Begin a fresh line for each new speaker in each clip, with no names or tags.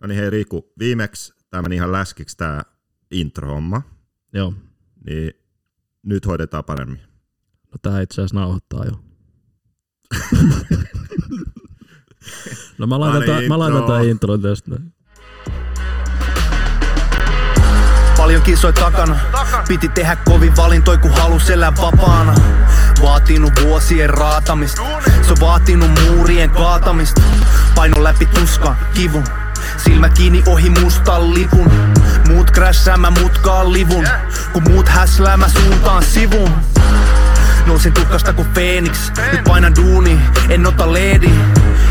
No niin hei Riku, viimeksi tämä meni ihan läskiksi tämä intro-homma,
Joo.
niin nyt hoidetaan paremmin.
No tää itse asiassa nauhoittaa jo. no mä laitan,
Anna
tää, mä laitan
intro.
tää intron tästä.
Paljon kisoi takana Piti tehdä kovin valintoi kun halus elää vapaana Vaatinut vuosien raatamista Se on vaatinut muurien kaatamista Paino läpi tuskan, kivun Silmä kiinni ohi mustan lipun Muut crashaa mä mutkaan livun Kun muut häslää mä suuntaan sivun Nousin tukkasta kuin Phoenix Nyt painan duuni, en ota leedi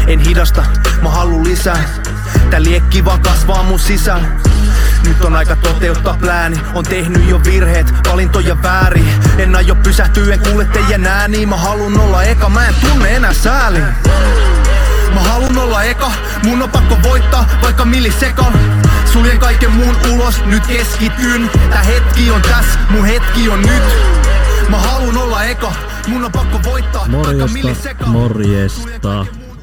En hidasta, mä haluun lisää Tää liekki vaan kasvaa mun sisällä nyt on aika toteuttaa plääni On tehnyt jo virheet, valintoja väärin En aio pysähtyä, en kuule teidän ääniä Mä haluun olla eka, mä en tunne enää sääliä Mä haluun olla eka, mun on pakko voittaa vaikka millisekan Suljen kaiken muun ulos, nyt keskityn Tää hetki on tässä, mun hetki on nyt Mä haluun olla eka, mun on pakko voittaa vaikka
Morjesta,
millisekan Suljen
morjesta.
kaiken muun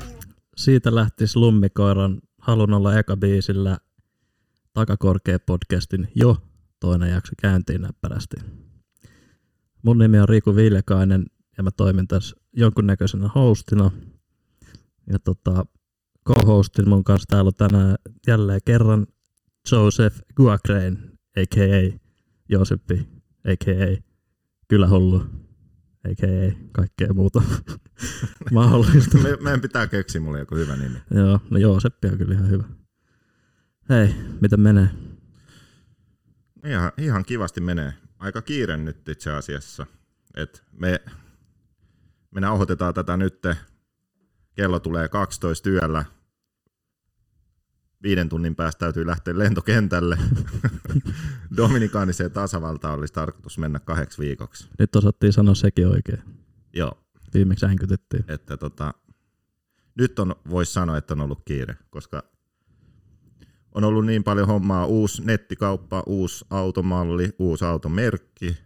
Siitä lähti Lummikoiran Halun olla eka biisillä takakorkea podcastin jo toinen jakso käyntiin näppärästi. Mun nimi on Riku Viljakainen ja mä toimin tässä jonkunnäköisenä hostina. Ja tota, co-hostin mun kanssa täällä on tänään jälleen kerran Joseph Guacrain, a.k.a. Joseppi, a.k.a. Kylähullu, a.k.a. kaikkea muuta mahdollista.
Me, meidän pitää keksiä mulle joku hyvä nimi.
Joo, no joo, Seppi on kyllä ihan hyvä. Hei, miten menee?
Ihan, ihan kivasti menee. Aika kiire nyt itse asiassa. Et me, me nauhoitetaan tätä nyt. Kello tulee 12 yöllä. Viiden tunnin päästä täytyy lähteä lentokentälle. Dominikaaniseen tasavaltaan olisi tarkoitus mennä kahdeksi viikoksi.
Nyt osattiin sanoa sekin oikein.
Joo.
Viimeksi änkytettiin.
että tota, nyt on, voisi sanoa, että on ollut kiire, koska on ollut niin paljon hommaa, uusi nettikauppa, uusi automalli, uusi automerkki,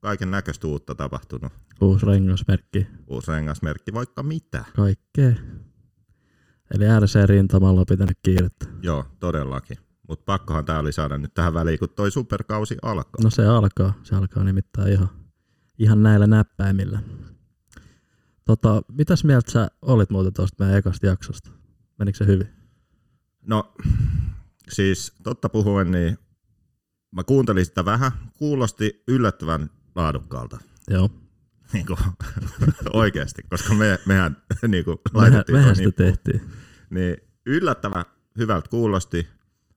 kaiken näköistä uutta tapahtunut,
Uusi rengasmerkki,
uusi rengasmerkki, vaikka mitä.
kaikkea. Eli RC-rintamalla on pitänyt kiirettä.
Joo, todellakin. Mutta pakkohan tämä oli saada nyt tähän väliin, kun toi superkausi alkaa.
No se alkaa, se alkaa nimittäin ihan, ihan näillä näppäimillä. Tota, mitäs mieltä sä olit muuten tuosta meidän ekasta jaksosta? Menikö se hyvin?
No siis totta puhuen, niin mä kuuntelin sitä vähän, kuulosti yllättävän laadukkaalta.
Joo.
niin kuin, oikeasti, koska me, mehän niin kuin,
Mehän,
laitettiin
mehän
toi
sitä
nippu.
tehtiin.
niin yllättävän hyvältä kuulosti,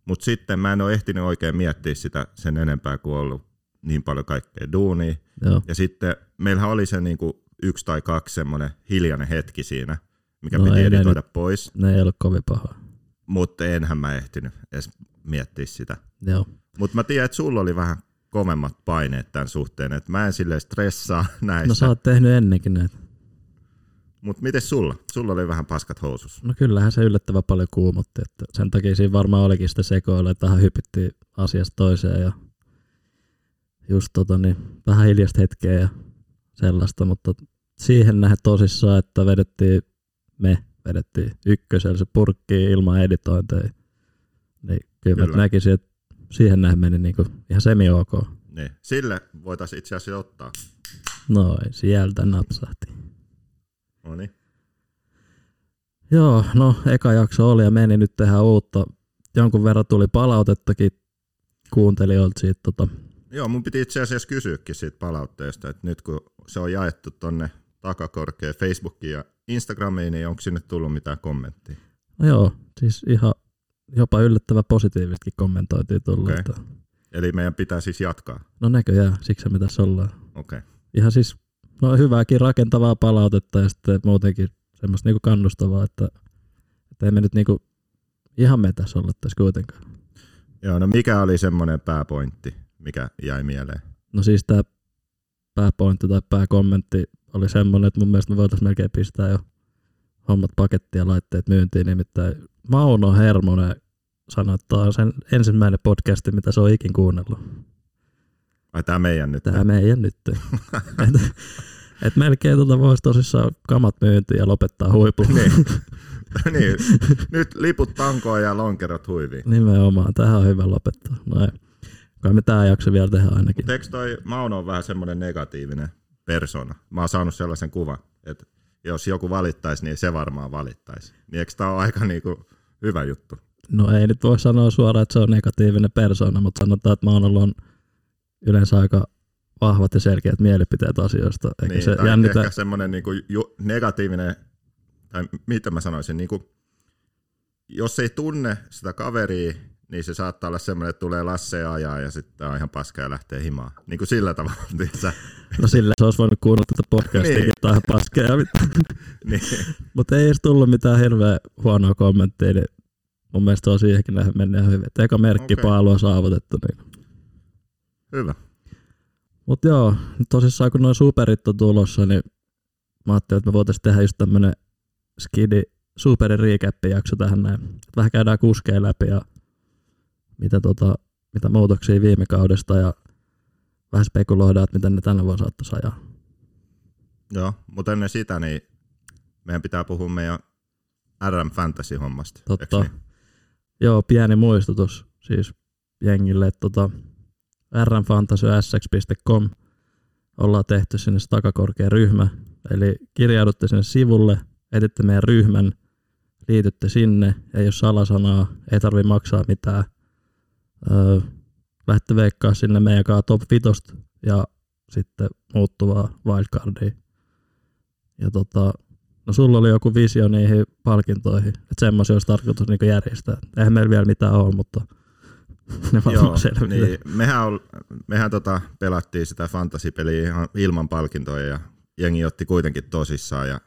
mutta sitten mä en ole ehtinyt oikein miettiä sitä sen enempää kuin ollut niin paljon kaikkea duunia.
Joo.
Ja sitten meillähän oli se niin kuin, yksi tai kaksi semmoinen hiljainen hetki siinä, mikä
No
no, piti
ei ne
editoida pois,
Ne ei ollut kovin pahaa.
mutta enhän mä ehtinyt edes miettiä sitä.
Joo. No
Mutta mä tiedän, että sulla oli vähän kovemmat paineet tämän suhteen, että mä en silleen stressaa
No
näissä.
sä
No,
oot tehnyt ennenkin näitä.
mutta miten sulla? Sulla oli vähän paskat housus.
No kyllähän se yllättävän paljon kuumotti, että sen takia siinä varmaan olikin sitä sekoilua, että vähän hypittiin asiasta toiseen ja just tota niin, vähän hiljasta hetkeä ja sellaista, mutta siihen nähden tosissaan, että vedettiin, me vedettiin ykkösellä se purkkiin ilman editointeja, niin kyllä, kyllä.
Kyllä.
mä näkisin, että siihen nähden meni niinku ihan semi ok.
Niin. Sille voitaisiin itse asiassa ottaa.
Noin, sieltä napsahti.
No niin.
Joo, no eka jakso oli ja meni nyt tehdä uutta. Jonkun verran tuli palautettakin kuuntelijoilta siitä. Tota.
Joo, mun piti itse asiassa kysyäkin siitä palautteesta, että nyt kun se on jaettu tonne takakorkeen Facebookiin ja Instagramiin, niin onko sinne tullut mitään kommenttia?
No joo, siis ihan jopa yllättävän positiivistakin kommentoitiin tullut.
Okei.
Okay.
Eli meidän pitää siis jatkaa.
No näköjään, siksi me tässä ollaan.
Okei. Okay.
Ihan siis no hyvääkin rakentavaa palautetta ja sitten muutenkin semmoista niinku kannustavaa, että, että emme nyt niinku ihan me tässä olla tässä kuitenkaan.
Joo, no mikä oli semmoinen pääpointti, mikä jäi mieleen?
No siis tämä pääpointti tai pääkommentti oli semmoinen, että mun mielestä me voitaisiin melkein pistää jo hommat pakettia ja laitteet myyntiin. Nimittäin Mauno Hermonen sanoi, että tämä on sen ensimmäinen podcasti, mitä se on ikin kuunnellut.
Ai tää meidän nyt.
Tämä meidän nyt. et, et melkein tota voisi tosissaan kamat myyntiin ja lopettaa huipun.
Niin. niin, nyt liput tankoon ja lonkerot huiviin.
Nimenomaan, tähän on hyvä lopettaa. Noin. Kai me tämä jakso vielä tehdä ainakin.
Mutta eikö toi Mauno on vähän semmoinen negatiivinen persona? Mä oon saanut sellaisen kuvan, että jos joku valittaisi, niin se varmaan valittaisi. Niin eikö tää ole aika niinku hyvä juttu?
No ei nyt voi sanoa suoraan, että se on negatiivinen persoona, mutta sanotaan, että Maunolla on yleensä aika vahvat ja selkeät mielipiteet asioista. Eikä
niin,
se
tai
jännitä...
ehkä semmoinen niinku ju- negatiivinen, tai mitä mä sanoisin, niinku, jos ei tunne sitä kaveria, niin se saattaa olla semmoinen, että tulee Lasse ja ajaa ja sitten on ihan paska ja lähtee himaan. Niin kuin sillä tavalla, tiiätsä.
No sillä se olisi voinut kuunnella tätä podcastia
Niin.
niin. tai paskeja.
niin,
Mutta ei edes tullut mitään hirveä huonoa kommenttia, niin mun mielestä on siihenkin nähden mennyt ihan hyvin. Et Eka merkkipaalu on saavutettu. Niin.
hyvä.
Mutta joo, nyt tosissaan kun noin superit on tulossa, niin mä ajattelin, että me voitaisiin tehdä just tämmönen skidi superin recap-jakso tähän näin. Et Vähän käydään kuskeen läpi ja mitä, tota, mitä muutoksia viime kaudesta ja vähän spekuloidaan, että miten ne tänä vuonna saattaisi ajaa.
Joo, mutta ennen sitä, niin meidän pitää puhua meidän RM Fantasy-hommasta. eiks
Totta.
Niin?
Joo, pieni muistutus siis jengille, että tota, rmfantasysx.com ollaan tehty sinne se takakorkea ryhmä, eli kirjaudutte sinne sivulle, etitte meidän ryhmän, liitytte sinne, ei ole salasanaa, ei tarvi maksaa mitään. Öö, lähdette veikkaa sinne meidän kanssa top 5 ja sitten muuttuvaa wildcardia. Ja tota, No sulla oli joku visio niihin palkintoihin, että semmoisia olisi tarkoitus niinku järjestää. Eihän meillä vielä mitään ole, mutta ne
Joo,
varmaan selviää.
niin, mehän, ol, mehän tota, pelattiin sitä fantasipeliä ihan ilman palkintoja ja jengi otti kuitenkin tosissaan ja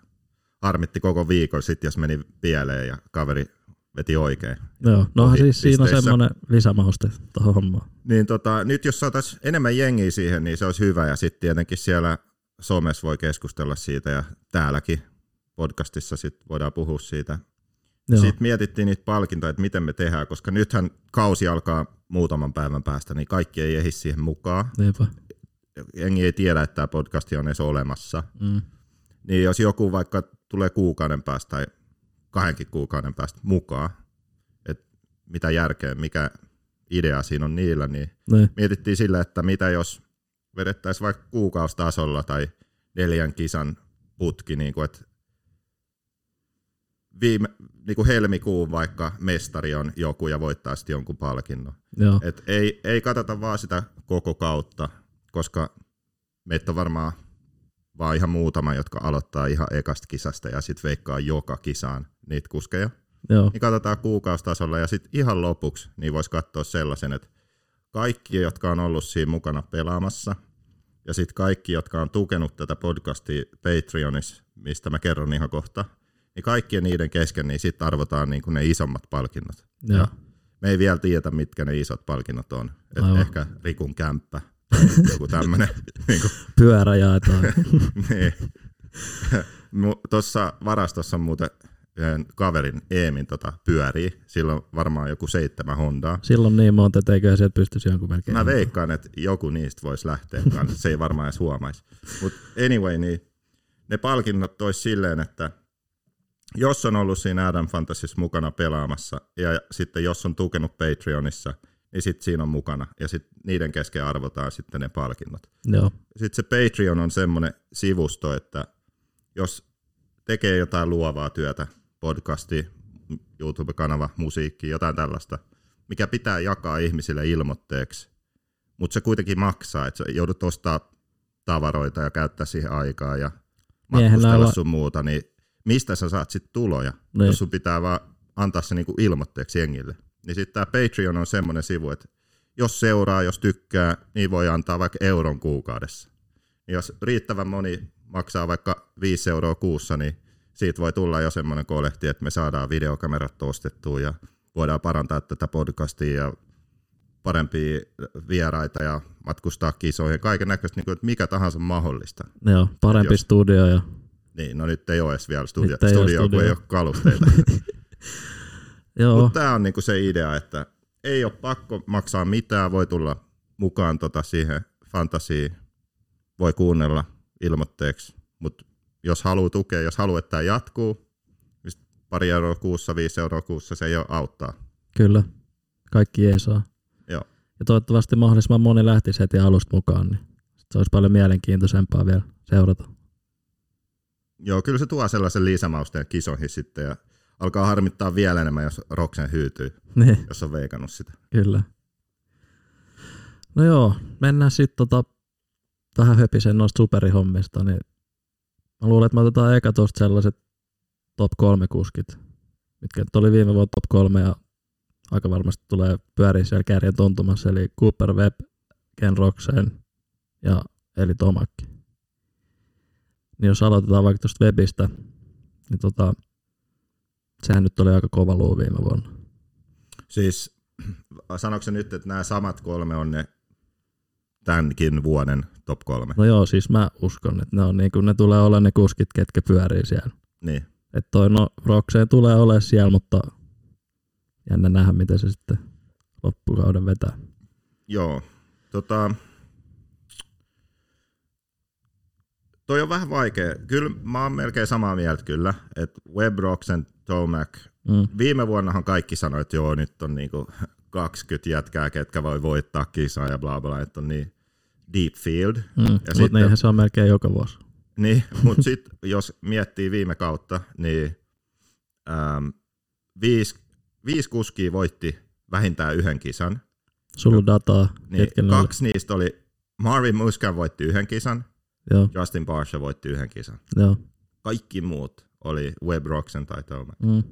harmitti koko viikon sitten, jos meni pieleen ja kaveri veti oikein.
Joo, no onhan
Ohi
siis siinä on
pisteissä.
semmoinen lisämauste tuohon hommaan.
Niin tota, nyt jos saataisiin enemmän jengiä siihen, niin se olisi hyvä ja sitten tietenkin siellä somessa voi keskustella siitä ja täälläkin podcastissa sit voidaan puhua siitä
Joo,
Sitten mietittiin niitä palkintoja, että miten me tehdään, koska nythän kausi alkaa muutaman päivän päästä, niin kaikki ei ehdi siihen mukaan.
niinpä.
Jengi ei tiedä, että tämä podcasti on edes olemassa.
Mm.
Niin jos joku vaikka tulee kuukauden päästä tai kahdenkin kuukauden päästä mukaan, että mitä järkeä, mikä idea siinä on niillä, niin
Niin,
mietittiin sillä, että mitä jos vedettäisiin vaikka kuukaustasolla tai neljän kisan putki, niin kuin, että viime, niin kuin helmikuun vaikka mestari on joku ja voittaa sitten jonkun palkinnon.
joo,
Et ei, ei katsota vaan sitä koko kautta, koska meitä on varmaan vaan ihan muutama, jotka aloittaa ihan ekasta kisasta ja sitten veikkaa joka kisaan niitä kuskeja
joo,
niin katsotaan kuukausitasolla ja sitten ihan lopuksi niin voisi katsoa sellaisen, että kaikki, jotka on ollut siinä mukana pelaamassa ja sitten kaikki, jotka on tukenut tätä podcastia Patreonissa, mistä mä kerron ihan kohta, niin kaikkien niiden kesken niin sitten arvotaan niin kuin ne isommat palkinnot.
joo.
Me ei vielä tiedä, mitkä ne isot palkinnot on. Et
Aivan.
ehkä Rikun kämppä tai joku tämmöinen. niin kuin,
Pyörä jaetaan.
niin. Mu- Tuossa varastossa on muuten yhden kaverin Eemin tota, pyörii. Sillä on varmaan joku seitsemän Hondaa.
Silloin niin monta, että eiköhän sieltä pystyisi jonkun melkein.
Mä veikkaan, että joku niistä voisi lähteä kanssa. Se ei varmaan edes huomaisi. Mutta anyway, niin ne palkinnot tois silleen, että jos on ollut siinä Adam Fantasys mukana pelaamassa ja sitten jos on tukenut Patreonissa, niin sitten siinä on mukana. Ja sitten niiden kesken arvotaan sitten ne palkinnot
Joo,
sitten se Patreon on semmoinen sivusto, että jos tekee jotain luovaa työtä, podcasti, YouTube-kanava, musiikki, jotain tällaista, mikä pitää jakaa ihmisille ilmoitteeksi, mutta se kuitenkin maksaa, että sä joudut ostaa tavaroita ja käyttää siihen aikaa ja
Niin, eihän
matkustella
näillä-
sun muuta, niin mistä sä saat sitten tuloja,
Niin.
jos sun pitää vaan antaa se niinku ilmoitteeksi jengille. Niin sitten tämä Patreon on semmoinen sivu, että jos seuraa, jos tykkää, niin voi antaa vaikka euron kuukaudessa. Ja Jos riittävän moni maksaa vaikka 5 euroa kuussa, niin siitä voi tulla jo semmoinen kolehti, että me saadaan videokamerat ostettua ja voidaan parantaa tätä podcastia ja parempia vieraita ja matkustaa kisoihin. Kaiken näköistä, niin että mikä tahansa mahdollista.
joo. Parempi
Jos-
studio ja
Niin, no nyt ei ole edes vielä studio,
Nyt ei ole
studio, kun
studio. No.
ei ole kalusteita.
joo,
Mutta tämä on niinku se idea, että ei ole pakko maksaa mitään, voi tulla mukaan tota siihen fantasiin, voi kuunnella ilmoitteeksi, mutta jos haluaa tukea, jos haluaa, että tämä jatkuu, niin sit pari euroa kuussa, viisi euroa kuussa, se jo auttaa.
Kyllä, kaikki ei saa.
Joo.
Ja toivottavasti mahdollisimman moni lähtisi heti alusta mukaan, niin sit se olisi paljon mielenkiintoisempaa vielä seurata.
Joo, kyllä se tuo sellaisen lisämausteen kisoihin sitten ja alkaa harmittaa vielä enemmän, jos Roksen hyytyy,
Niin,
jos on veikannut sitä.
kyllä. No joo, mennään sitten tota, tähän höpiseen noista superihommista, niin mä luulen, että me otetaan eka tosta sellaiset top kolme kuskit, mitkä nyt oli viime vuonna top kolme ja aika varmasti tulee pyöriä siellä kärjen tuntumassa, eli Cooper Webb, Ken Roxen ja eli Tomakki. Niin jos aloitetaan vaikka tuosta Webistä, niin tota, sehän nyt oli aika kova luu viime vuonna.
Siis sanoiko se nyt, että nämä samat kolme on ne tämänkin vuoden top kolme?
No joo, siis mä uskon, että ne, on niin kuin ne tulee olemaan ne kuskit, ketkä pyörii siellä.
Niin.
Että toi no, Rokseen tulee olemaan siellä, mutta jännä nähdä, miten se sitten loppukauden vetää.
Joo. Tota, toi on vähän vaikea. Kyllä mä oon melkein samaa mieltä kyllä, että Web Roxen Tomac,
Mm.
viime vuonnahan kaikki sanoi, että joo, nyt on niinku 20 jätkää, ketkä voi voittaa kisaa ja bla bla, että on niin deep field.
Mm. Mutta
sitten-
niinhän se on melkein joka vuosi.
Niin, mutta sitten jos miettii viime kautta, niin äm, viisi, viisi kuskia voitti vähintään yhden kisan.
Sulla on dataa,
Niin,
ketkä ne oli.
kaksi niistä oli, Marvin Muskan voitti yhden kisan,
Joo,
Justin Barsha voitti yhden kisan.
joo.
Kaikki muut oli Web Roxen tai Tomac.
Mm.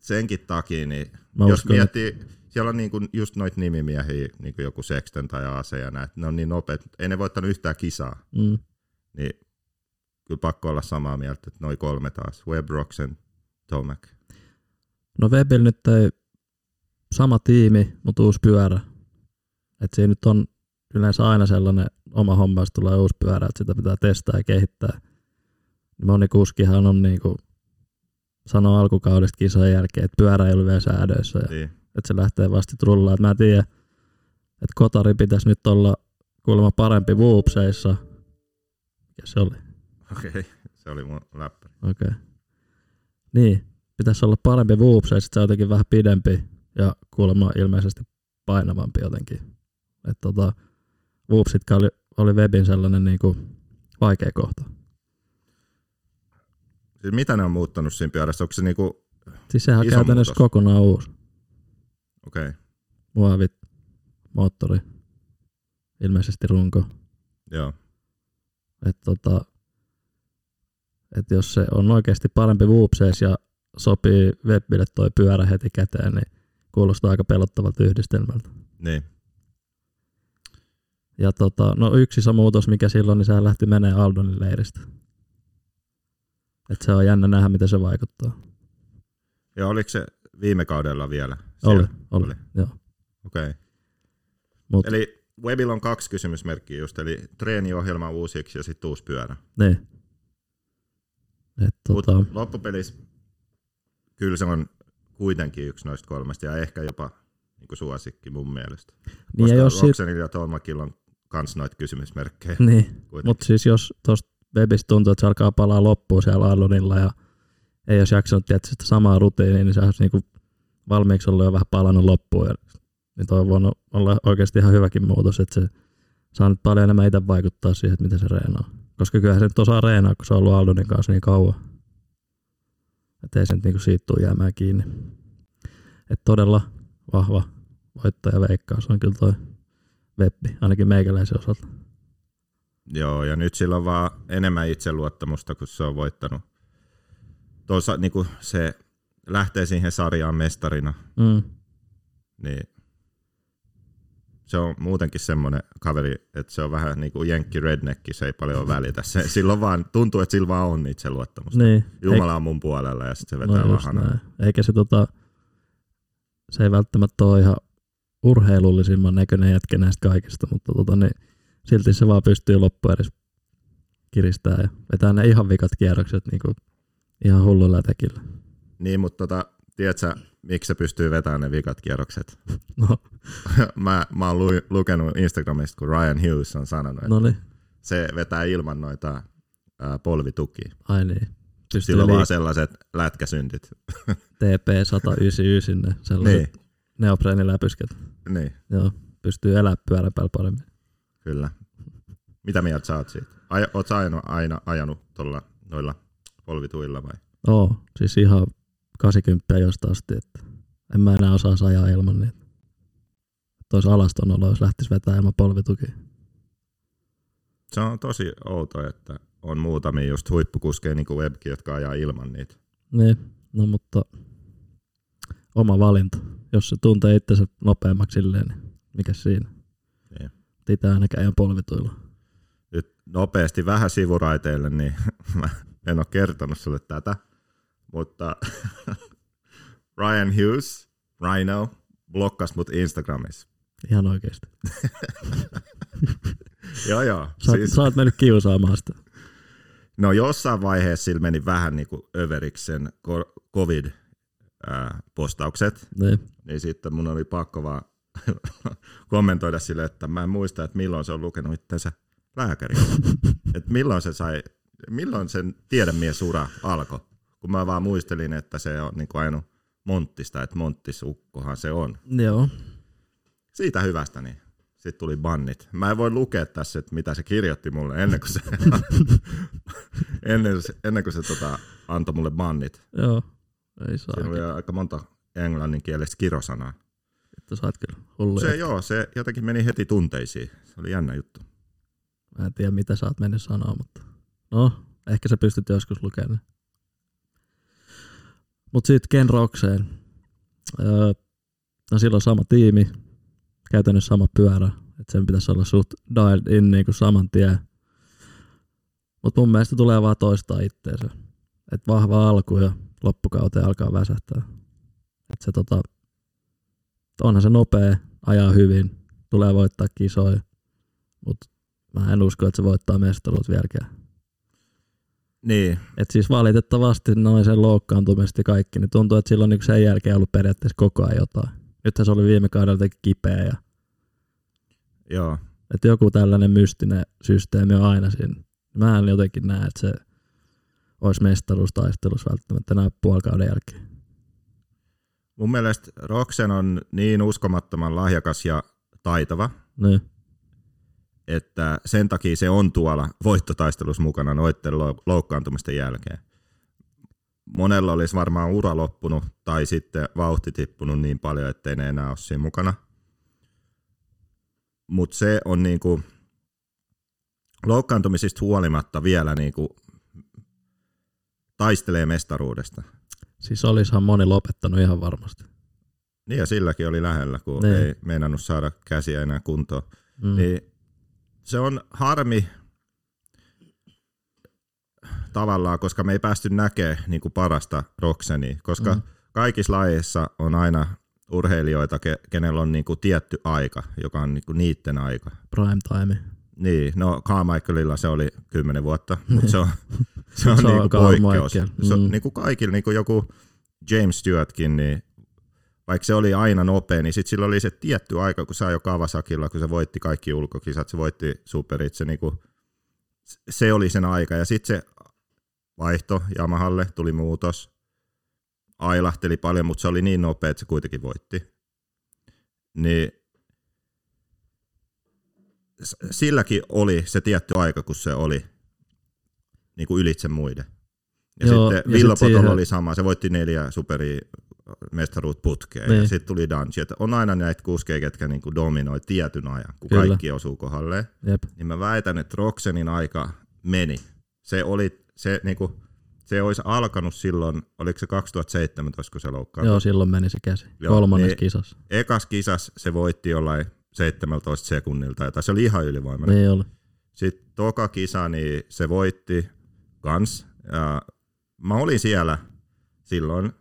Senkin takia, niin
Mä
jos
uskon,
miettii, siellä on niinku just noita nimimiehiä, niinku joku Sexton tai Aase ja näitä, ne on niin nopeat, ei ne voittanut yhtään kisaa.
Mm.
niin kyllä pakko olla samaa mieltä, että noi kolme taas, Webroksen, Tomac.
No Webillä nyt ei sama tiimi, mutta uusi pyörä. Et siinä nyt on yleensä aina sellainen oma homma, jos tulee uusi pyörä, että sitä pitää testaa ja kehittää. Niin Moni kuskihan on niinku sanoo alkukaudesta kisan jälkeen, että pyörä ei ollut vielä säädöissä ja
Niin.
että se lähtee vasta sit rullaan. Et mä en tiedä, että Kotari pitäisi nyt olla kuulemma parempi vuupseissa. Ja se oli.
Okei, okay. se oli mun läppäri.
Okei. Okay. Niin, pitäisi olla parempi vuupse, sitten se on jotenkin vähän pidempi ja kuulemma ilmeisesti painavampi jotenkin. Et tota, vuupsitka oli, oli webin sellainen niinku vaikea kohta.
Siis mitä ne on muuttanut siinä pyörässä? Onko se niinku,
Siis sehän on
Iso
käytännössä
muutos.
kokonaan uusi
okei, okay.
muovit, moottori, ilmeisesti runko.
joo.
Et tota, et jos se on oikeasti parempi vuupseis ja sopii webille toi pyörä heti käteen, niin kuulostaa aika pelottavalta yhdistelmältä.
Niin,
Ja tota, no yksi iso muutos, mikä silloin, niin sehän lähti menee Aldonin leiristä. Et se on jännä nähdä, miten se vaikuttaa.
ja oliko se viime kaudella vielä?
Oli,
siellä?
oli,
oli.
joo.
Okei. Okay.
Mut, Eli...
Eli Webillä on kaksi kysymysmerkkiä just, eli treeniohjelma uusiksi ja sitten uusi pyörä.
Niin. Et,
Mutta
tota, Mut...
loppupelissä kyllä se on kuitenkin yksi noista kolmesta ja ehkä jopa niinku suosikki mun mielestä.
niin, ja
Koska
jos sit,
Roxanilla ja Tomakilla on kans noita kysymysmerkkejä.
niin,
kuitenkin.
mut siis jos tuosta webistä tuntuu, että se alkaa palaa loppuun siellä Aldonilla ja ei olisi jaksanut tietysti sitä samaa rutiinia, niin se olisi niinku valmiiksi ollut jo vähän palannut loppuun. Ja, niin toi on voinut olla oikeasti ihan hyväkin muutos, että se saa nyt paljon enemmän itse vaikuttaa siihen, että miten se reenaa. Koska kyllähän se nyt osaa reenaa, kun se on ollut Aldonin kanssa niin kauan. Että ei se nyt niinku siitä tule jäämään kiinni. Että todella vahva voittaja veikkaus on kyllä toi Veppi, ainakin meikäläisen osalta.
Joo, ja nyt sillä on vaan enemmän itseluottamusta, kun se on voittanut. Tuossa niin kuin se lähtee siihen sarjaan mestarina,
Mm.
niin se on muutenkin semmoinen kaveri, että se on vähän niin kuin jenkki redneck, se ei paljon välitä. Se, silloin vaan tuntuu, että sillä vaan on itseluottamusta.
Niin.
Jumala on mun puolella ja sitten se
no
vetää no,
just
vaan
näin. Eikä se tota, se ei välttämättä ole ihan urheilullisimman näköinen jätkä näistä kaikista, mutta tota, niin silti se vaan pystyy loppuun edes kiristää ja vetää ne ihan vikat kierrokset niin kuin ihan hullulla tekillä.
Niin, mutta tota, tiedätkö, miksi se pystyy vetämään ne vikat kierrokset?
No,
mä, mä oon lu, lukenut Instagramista, kun Ryan Hughes on sanonut, että
no niin,
se vetää ilman noita ää, polvitukia.
ai niin. pystyy
Silloin
liik-
vaan sellaiset lätkäsyntit.
TP199, ne
niin,
sellaiset niin. neopreeniläpysket.
niin,
Joo, pystyy elää pyöräpäällä paremmin.
kyllä. Mitä mieltä sä oot siitä? Aj- oot sä aina, aina ajanut tuolla noilla polvituilla vai?
Oo, siis ihan 80 jostain asti, että en mä enää osaa ajaa ilman niitä. Tois alaston olo, jos lähtis vetää ilman polvitukia.
Se on tosi outo, että on muutamia just huippukuskeja niin kuin webkin, jotka ajaa ilman niitä.
Niin, no mutta oma valinta. Jos se tuntee itsensä nopeammaksi silleen, niin mikä siinä?
Niin.
Titä ainakaan ihan polvituilla.
nyt nopeasti vähän sivuraiteille, niin mä en ole kertonut sulle tätä, mutta Ryan Hughes, Rhino, blokkas mut Instagramissa.
Ihan oikeesti.
Joo joo,
Sä, siis...
siis,
sä oot mennyt kiusaamaan sitä.
no jossain vaiheessa sillä meni vähän niinku överiksi sen ko- covid-postaukset,
Niin.
niin sitten mun oli pakko vaan kommentoida sille, että mä en muista, että milloin se on lukenut itsensä lääkäriksi. että milloin se sai, milloin sen tiedemiesura alkoi, kun mä vaan muistelin, että se on niin ajanut Monttista, että Monttisukkohan se on.
Joo.
Siitä hyvästä niin. Sitten tuli bannit. Mä en voi lukea tässä, että mitä se kirjoitti mulle ennen kuin se, ennen, ennen kuin se tota, antoi mulle bannit.
Joo. Ei saa.
Siinä oli aika monta englanninkielistä kirosanaa.
Vittu, sä oot kyllä hullu.
Se joo, se jotenkin meni heti tunteisiin. Se oli jännä juttu.
Mä en tiedä, mitä sä oot mennyt sanoa, mutta no, ehkä sä pystyt joskus lukemaan. ne. Mut sitten Ken Rokseen. Öö, no sillä on sama tiimi, käytännössä sama pyörä, että sen pitäisi olla suht dialed in niin kuin saman tien. Mut mun mielestä tulee vaan toistaa itteensä. Et vahva alku ja loppukauteen alkaa väsähtää. Et se tota, onhan se nopea, ajaa hyvin, tulee voittaa kisoja, mut Mä en usko, että se voittaa mestaruut vieläkään.
Niin,
Et siis valitettavasti noin sen loukkaantumiset ja kaikki, niin tuntuu, että silloin niin sen jälkeen ollut periaatteessa koko ajan jotain. Nythän se oli viime kaudella jotenkin kipeä. Ja,
joo.
että joku tällainen mystinen systeemi on aina siinä. Mä en jotenkin näe, että se olisi mestaruustaistelussa välttämättä enää puolikauden jälkeen.
Mun mielestä Roxen on niin uskomattoman lahjakas ja taitava,
Niin,
että sen takia se on tuolla voittotaistelussa mukana noiden lou- loukkaantumisten jälkeen. Monella olisi varmaan ura loppunut tai sitten vauhti tippunut niin paljon, ettei ne enää ole siinä mukana. Mutta se on niinku loukkaantumisista huolimatta vielä niinku taistelee mestaruudesta.
siis olisihan moni lopettanut ihan varmasti.
Niin ja silläkin oli lähellä, kun
Niin.
niin. ei meinannut saada käsiä enää kuntoon.
Mm.
Niin se on harmi tavallaan, koska me ei päästy näkemään niin kuin parasta rokseni, koska mm. kaikissa lajeissa on aina urheilijoita, ke- kenellä on niin kuin tietty aika, joka on niin kuin niitten aika.
Prime time.
Niin, no Carmichaelilla se oli 10 vuotta, mutta se on, se on,
Se on
niinku
Carmichael,
poikkeus. Se on
mm.
niinku kaikilla, niinku joku James Stewartkin, niin vaikka se oli aina nopea, niin sitten sillä oli se tietty aika, kun se ajoi Kawasakilla, kun se voitti kaikki ulkokisat, se voitti superit, se, niinku, se oli sen aika. Ja sitten se vaihto Yamahalle, tuli muutos, ailahteli paljon, mutta se oli niin nopea, että se kuitenkin voitti. Niin s- silläkin oli se tietty aika, kun se oli niin kuin ylitse muiden. Ja
Joo,
Joo,
ja sit
sitten Villapotolo
siihen-
oli sama, se voitti neljä superi mestaruut putkeen
Niin.
ja sitten tuli Danji. Että on aina näitä kuskeja, ketkä niin kuin dominoi tietyn ajan, kun
Kyllä.
Kyllä. kaikki osuu kohdalleen.
Jep.
Niin mä väitän, että Roxenin aika meni. Se oli, se niin kuin, se olisi alkanut silloin, oliko se 2017, kun se loukkaantui?
Joo, silloin meni se käsi.
Joo,
Kolmannessa
niin-
kisassa.
ekas kisas se voitti jollain 17 sekunnilta, jotain. se oli ihan ylivoimainen.
Niin oli.
Sitten toka kisa, niin se voitti kans. Ja mä olin siellä silloin.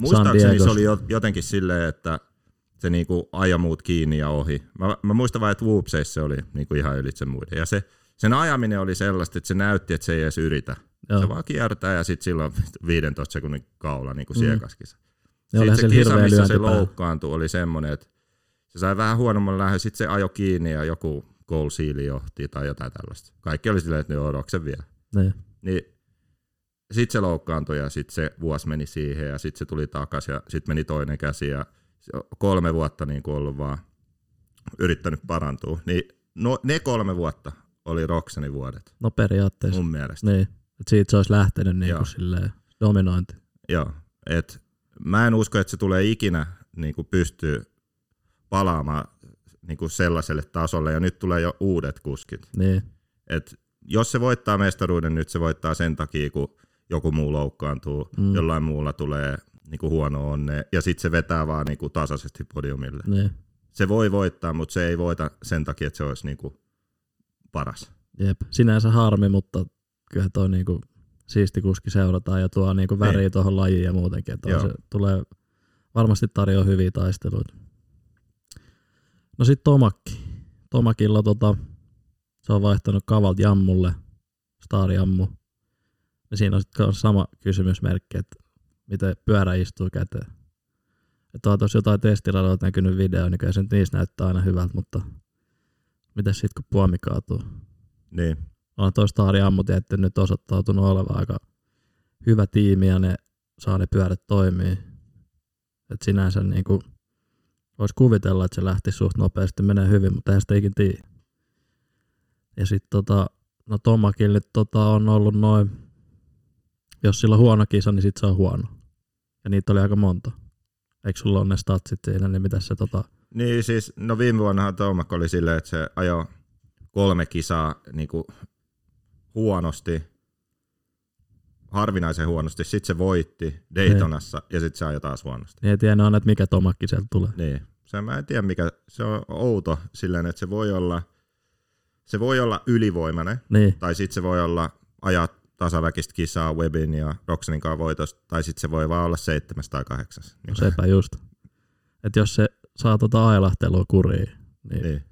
Muistaakseni se
Diegossa.
oli jo- jotenkin silleen, että se niinku aja muut kiinni ja ohi. Mä, mä muistan vain, että Whoopseissa se oli niinku ihan ylitse muiden. Ja se, sen ajaminen oli sellaista, että se näytti, että se ei edes yritä.
Joo.
Se vaan kiertää ja sitten silloin 15 sekunnin kaula niinku
Mm.
siekaskisa.
Ja
Sitten
Niin, olihan
se
sillä
kisa,
hirveä
missä se
lyönti päällä.
loukkaantui, oli semmoinen, että se sai vähän huonomman lähdön, sitten se ajo kiinni ja joku goal seal johti tai jotain tällaista. Kaikki oli silleen, että ne odoksen vielä.
Niin.
Niin sit se loukkaantui ja sit se vuosi meni siihen ja sit se tuli takas ja sit meni toinen käsi ja se on kolme vuotta niin kuin ollut vaan yrittänyt parantua. Niin no, ne kolme vuotta oli Roksani vuodet
No periaatteessa.
mun mielestä.
Niin. Et siitä se olisi lähtenyt niin
Mm. Joo.
kuin silleen dominointi.
Joo, et mä en usko, että se tulee ikinä niin kuin pystyy palaamaan niin kuin sellaiselle tasolle ja nyt tulee jo uudet kuskit.
Niin.
Et jos se voittaa mestaruuden nyt, se voittaa sen takia, kun joku muu loukkaantuu, mm. jollain muulla tulee niin kuin huono onne ja sitten se vetää vaan niin kuin tasaisesti podiumille. Mm.
niin.
Se voi voittaa, mutta se ei voita sen takia, että se olisi niin kuin paras.
Jep. Sinänsä harmi, mutta kyllä toi niinku siisti kuski seurataan ja tuo niinku väriä tuohon lajiin ja muutenkin. Että on
Joo.
se tulee varmasti tarjoaa hyviä taisteluita. No sitten Tomakki. Tomakilla tota, se on vaihtanut kavalt jammulle, starjammu. Ja siinä on sitten sama kysymysmerkki, että miten pyörä istuu käteen. Että on tuossa jotain testiradoilta näkynyt video, niin kyllä se nyt niissä näyttää aina hyvältä, mutta miten sitten kun puomi kaatuu?
Niin,
on toista Ari Ammu tietty nyt osoittautunut olevan aika hyvä tiimi ja ne saa ne pyörät toimii. Et sinänsä niin kuin, voisi kuvitella, että se lähti suht nopeasti menee hyvin, mutta eihän sitä ikin tiedä. Ja sitten tota, no Tomakin nyt tota, on ollut noin, jos sillä on huono kisa, niin sit se on huono. Ja niitä oli aika monta. Eikö sulla ole ne statsit siinä, niin mitä se tota,
Niin siis, no viime vuonnahan Tomak oli silleen, että se ajoi kolme kisaa niin kuin huonosti, harvinaisen huonosti, sitten se voitti Daytonassa ja sitten se ajoi taas huonosti.
niin ei tiennyt aina, että mikä Tomakki sieltä tulee.
Niin, se mä en tiedä mikä, se on outo silleen, että se voi olla, se voi olla ylivoimainen,
Niin,
tai sitten se voi olla ajaa tasaväkistä kisaa Webin ja Roxanin kanssa voitosta, tai sitten se voi vaan olla seitsemäs tai kahdeksas. Niin,
No sepä just. Että jos se saa tota ailahtelua kuriin, niin, niin
niin.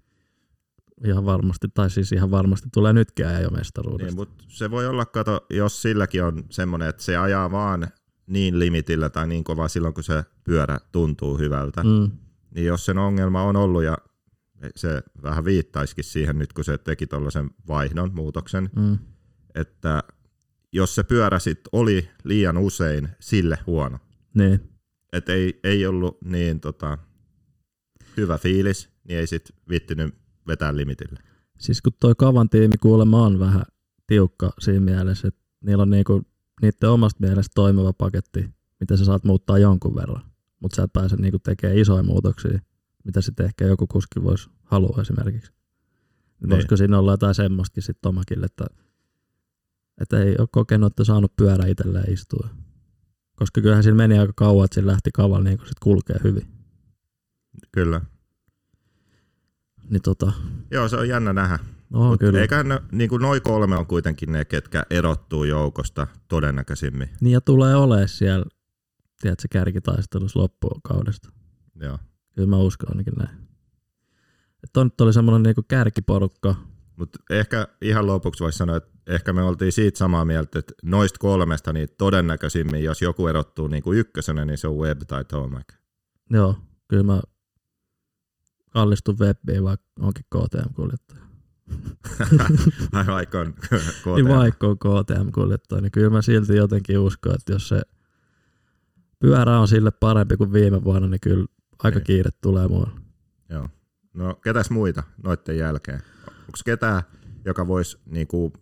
ihan varmasti, tai siis ihan varmasti tulee nytkin ja jo mestaruudesta.
Niin, mutta se voi olla, kato, jos silläkin on semmoinen, että se ajaa vaan niin limitillä tai niin kovaa silloin, kun se pyörä tuntuu hyvältä. Mm.
Niin, mm,
Niin jos sen ongelma on ollut ja se vähän viittaisikin siihen nyt, kun se teki tuollaisen vaihdon muutoksen,
mm,
että jos se pyörä sit oli liian usein sille huono,
niin,
että ei, ei ollut niin tota, hyvä fiilis, niin ei sit vittinyt vetää limitille.
siis kun toi Kavan tiimi kuulemma on vähän tiukka siinä mielessä, että niillä on niinku niiden omasta mielestä toimiva paketti, mitä sä saat muuttaa jonkun verran, mutta sä et pääse niinku tekemään isoja muutoksia, mitä sitten ehkä joku kuski voisi halua esimerkiksi. Niin.
Niin.
Voisiko siinä olla jotain semmoistakin sitten Tomakille, että, että ei ole kokenut, että saanut pyörä itselleen istua. Koska kyllähän sillä meni aika kauan, että sillä lähti kavalla niin sit kulkee hyvin.
Kyllä.
Niin tota,
Joo, se on jännä nähdä.
no on
Mut
kyllä.
Eiköhän ne, niin kuin noi kolme on kuitenkin ne, ketkä erottuu joukosta todennäköisimmin.
Niin ja tulee olemaan siellä, tiedätkö, kärkitaistelussa loppukaudesta.
Joo.
Kyllä mä uskon ainakin näin. Että nyt oli semmoinen niinku kärkiporukka.
Mut ehkä ihan lopuksi voisi sanoa, että ehkä me oltiin siitä samaa mieltä, että noista kolmesta niin todennäköisimmin, jos joku erottuu niin kuin ykkösenä, niin se on Web tai Tomac.
Joo, kyllä mä kallistun webbiin, vaikka onkin KTM-kuljettaja.
Ai vaikka on KTM.
Niin vaikka on KTM-kuljettaja, niin kyllä mä silti jotenkin uskon, että jos se pyörä on sille parempi kuin viime vuonna, niin kyllä aika
Niin.
kiire tulee mulla.
Joo. No ketäs muita noitten jälkeen? Onko ketään, joka voisi niin kuin,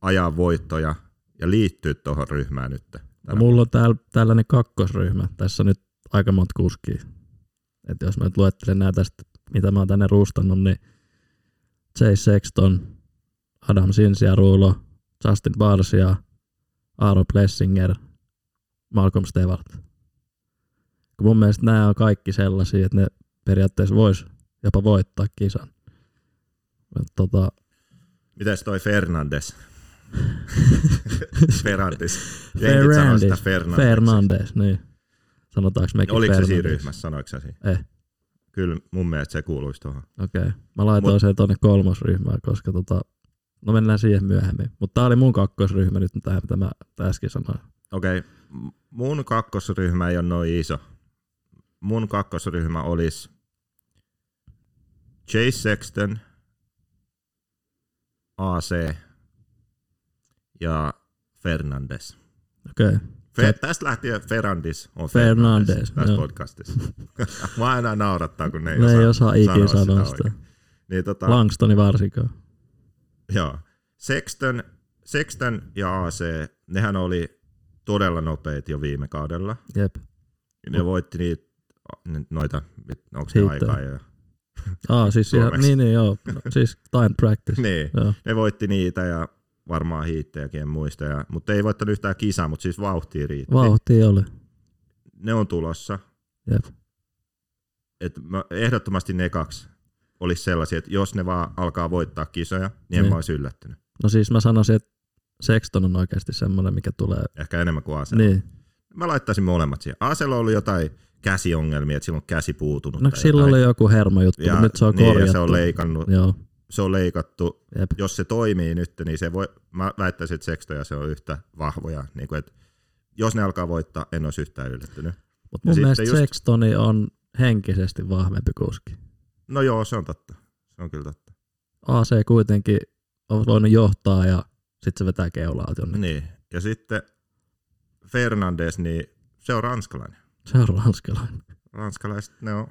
ajaa voittoja ja liittyä tuohon ryhmään nyt?
No, mulla on täällä, tällainen kakkosryhmä. Tässä on nyt aika monta kuskia. Et jos mä nyt luettelen näitä tästä, mitä mä oon tänne ruustannut, niin Chase Sexton, Adam Sinsiarulo, Justin Barsia, Aaro Plessinger, Malcolm Stewart. Kun mun mielestä nämä on kaikki sellaisia, että ne periaatteessa vois jopa voittaa kisan. Mut Tota,
Mites toi Fernandes? Ferrandis. Jenkit sanoo sitä Fernandes.
Fernandes, niin. Sanotaanko mekin
Oliko se siinä
Fernandes?
ryhmässä, sanoiko sä siinä?
Eh.
Kyllä mun mielestä se kuuluisi tuohon.
Okei, mä laitoin
Mut-
sen tuonne kolmosryhmään, koska tota, no mennään siihen myöhemmin. Mutta tää oli mun kakkosryhmä nyt tämä, mitä mä äsken sanoin.
Okei, m- mun kakkosryhmä ei ole noin iso. Mun kakkosryhmä olisi Chase Sexton, AC ja Fernandes.
Okei. Okay.
Fe, tästä lähtien Ferrandis on
Fernandes,
Fernandes, tässä
joo.
podcastissa. Mä aina naurattaa, kun ne ei
Ne
osaa,
ei osaa ikinä
sanoa
sanoa
sitä.
sitä.
oikein. Niin, tota,
Langstoni varsinkaan.
Joo. Sexton, Sexton ja AC, nehän oli todella nopeita jo viime kaudella.
Jep.
Ne voitti niitä, noita, onko ne
Hiittejä.
aikaa jo?
Ah, siis ihan,
Suomeksi.
niin, niin joo. No, siis time practice.
Niin,
Joo.
ne voitti niitä ja varmaan hiittejäkin en muista. Ja, mutta ei voittanut yhtään kisaa, mutta siis vauhtia riitti.
Vauhtia oli.
Ne on tulossa.
Jep.
Et mä, ehdottomasti ne kaksi olisi sellaisia, että jos ne vaan alkaa voittaa kisoja, niin en
Niin.
mä olisi yllättynyt.
No siis mä sanoisin, että Sexton on oikeasti semmoinen, mikä tulee.
Ehkä enemmän kuin Asel.
Niin.
Mä laittaisin molemmat siihen. Asel on ollut jotain käsiongelmia, että sillä on käsi puutunut.
No
tai
silloin
jotain.
oli joku hermojuttu, mutta nyt se on
niin,
korjattu.
ja se on leikannut,
Joo,
se on leikattu.
jep.
Jos se toimii nyt, niin se voi, mä väittäisin, että Sexto ja se on yhtä vahvoja. Niin kuin, että jos ne alkaa voittaa, en olisi yhtään yllättynyt.
Mut
Ja
mun
sitten
mielestä
just-
just... Sextoni on henkisesti vahvempi kuski.
No joo, se on totta. Se on kyllä totta.
AC kuitenkin on voinut johtaa ja sitten se vetää keulaa jonne.
Niin. Ja sitten Fernandes, niin se on ranskalainen.
Se on ranskalainen.
Ranskalaiset, ne on,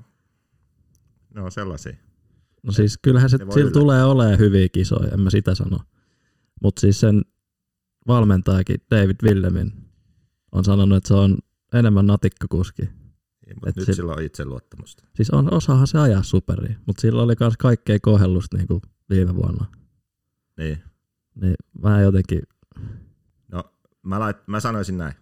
ne on sellaisia.
No siis kyllähän se,
Ne voi
sillä
yllättää.
tulee olemaan hyviä kisoja, en mä sitä sano. Mutta siis sen valmentajakin David Willemin on sanonut, että se on enemmän natikkakuski.
Mutta
Et
nyt
se-
sillä on itseluottamusta.
Siis on, osahan se ajaa superi, mutta sillä oli myös kaikkea kohellusta niin kuin viime vuonna.
Niin.
Niin mä jotenkin,
No, mä, lait, mä sanoisin näin.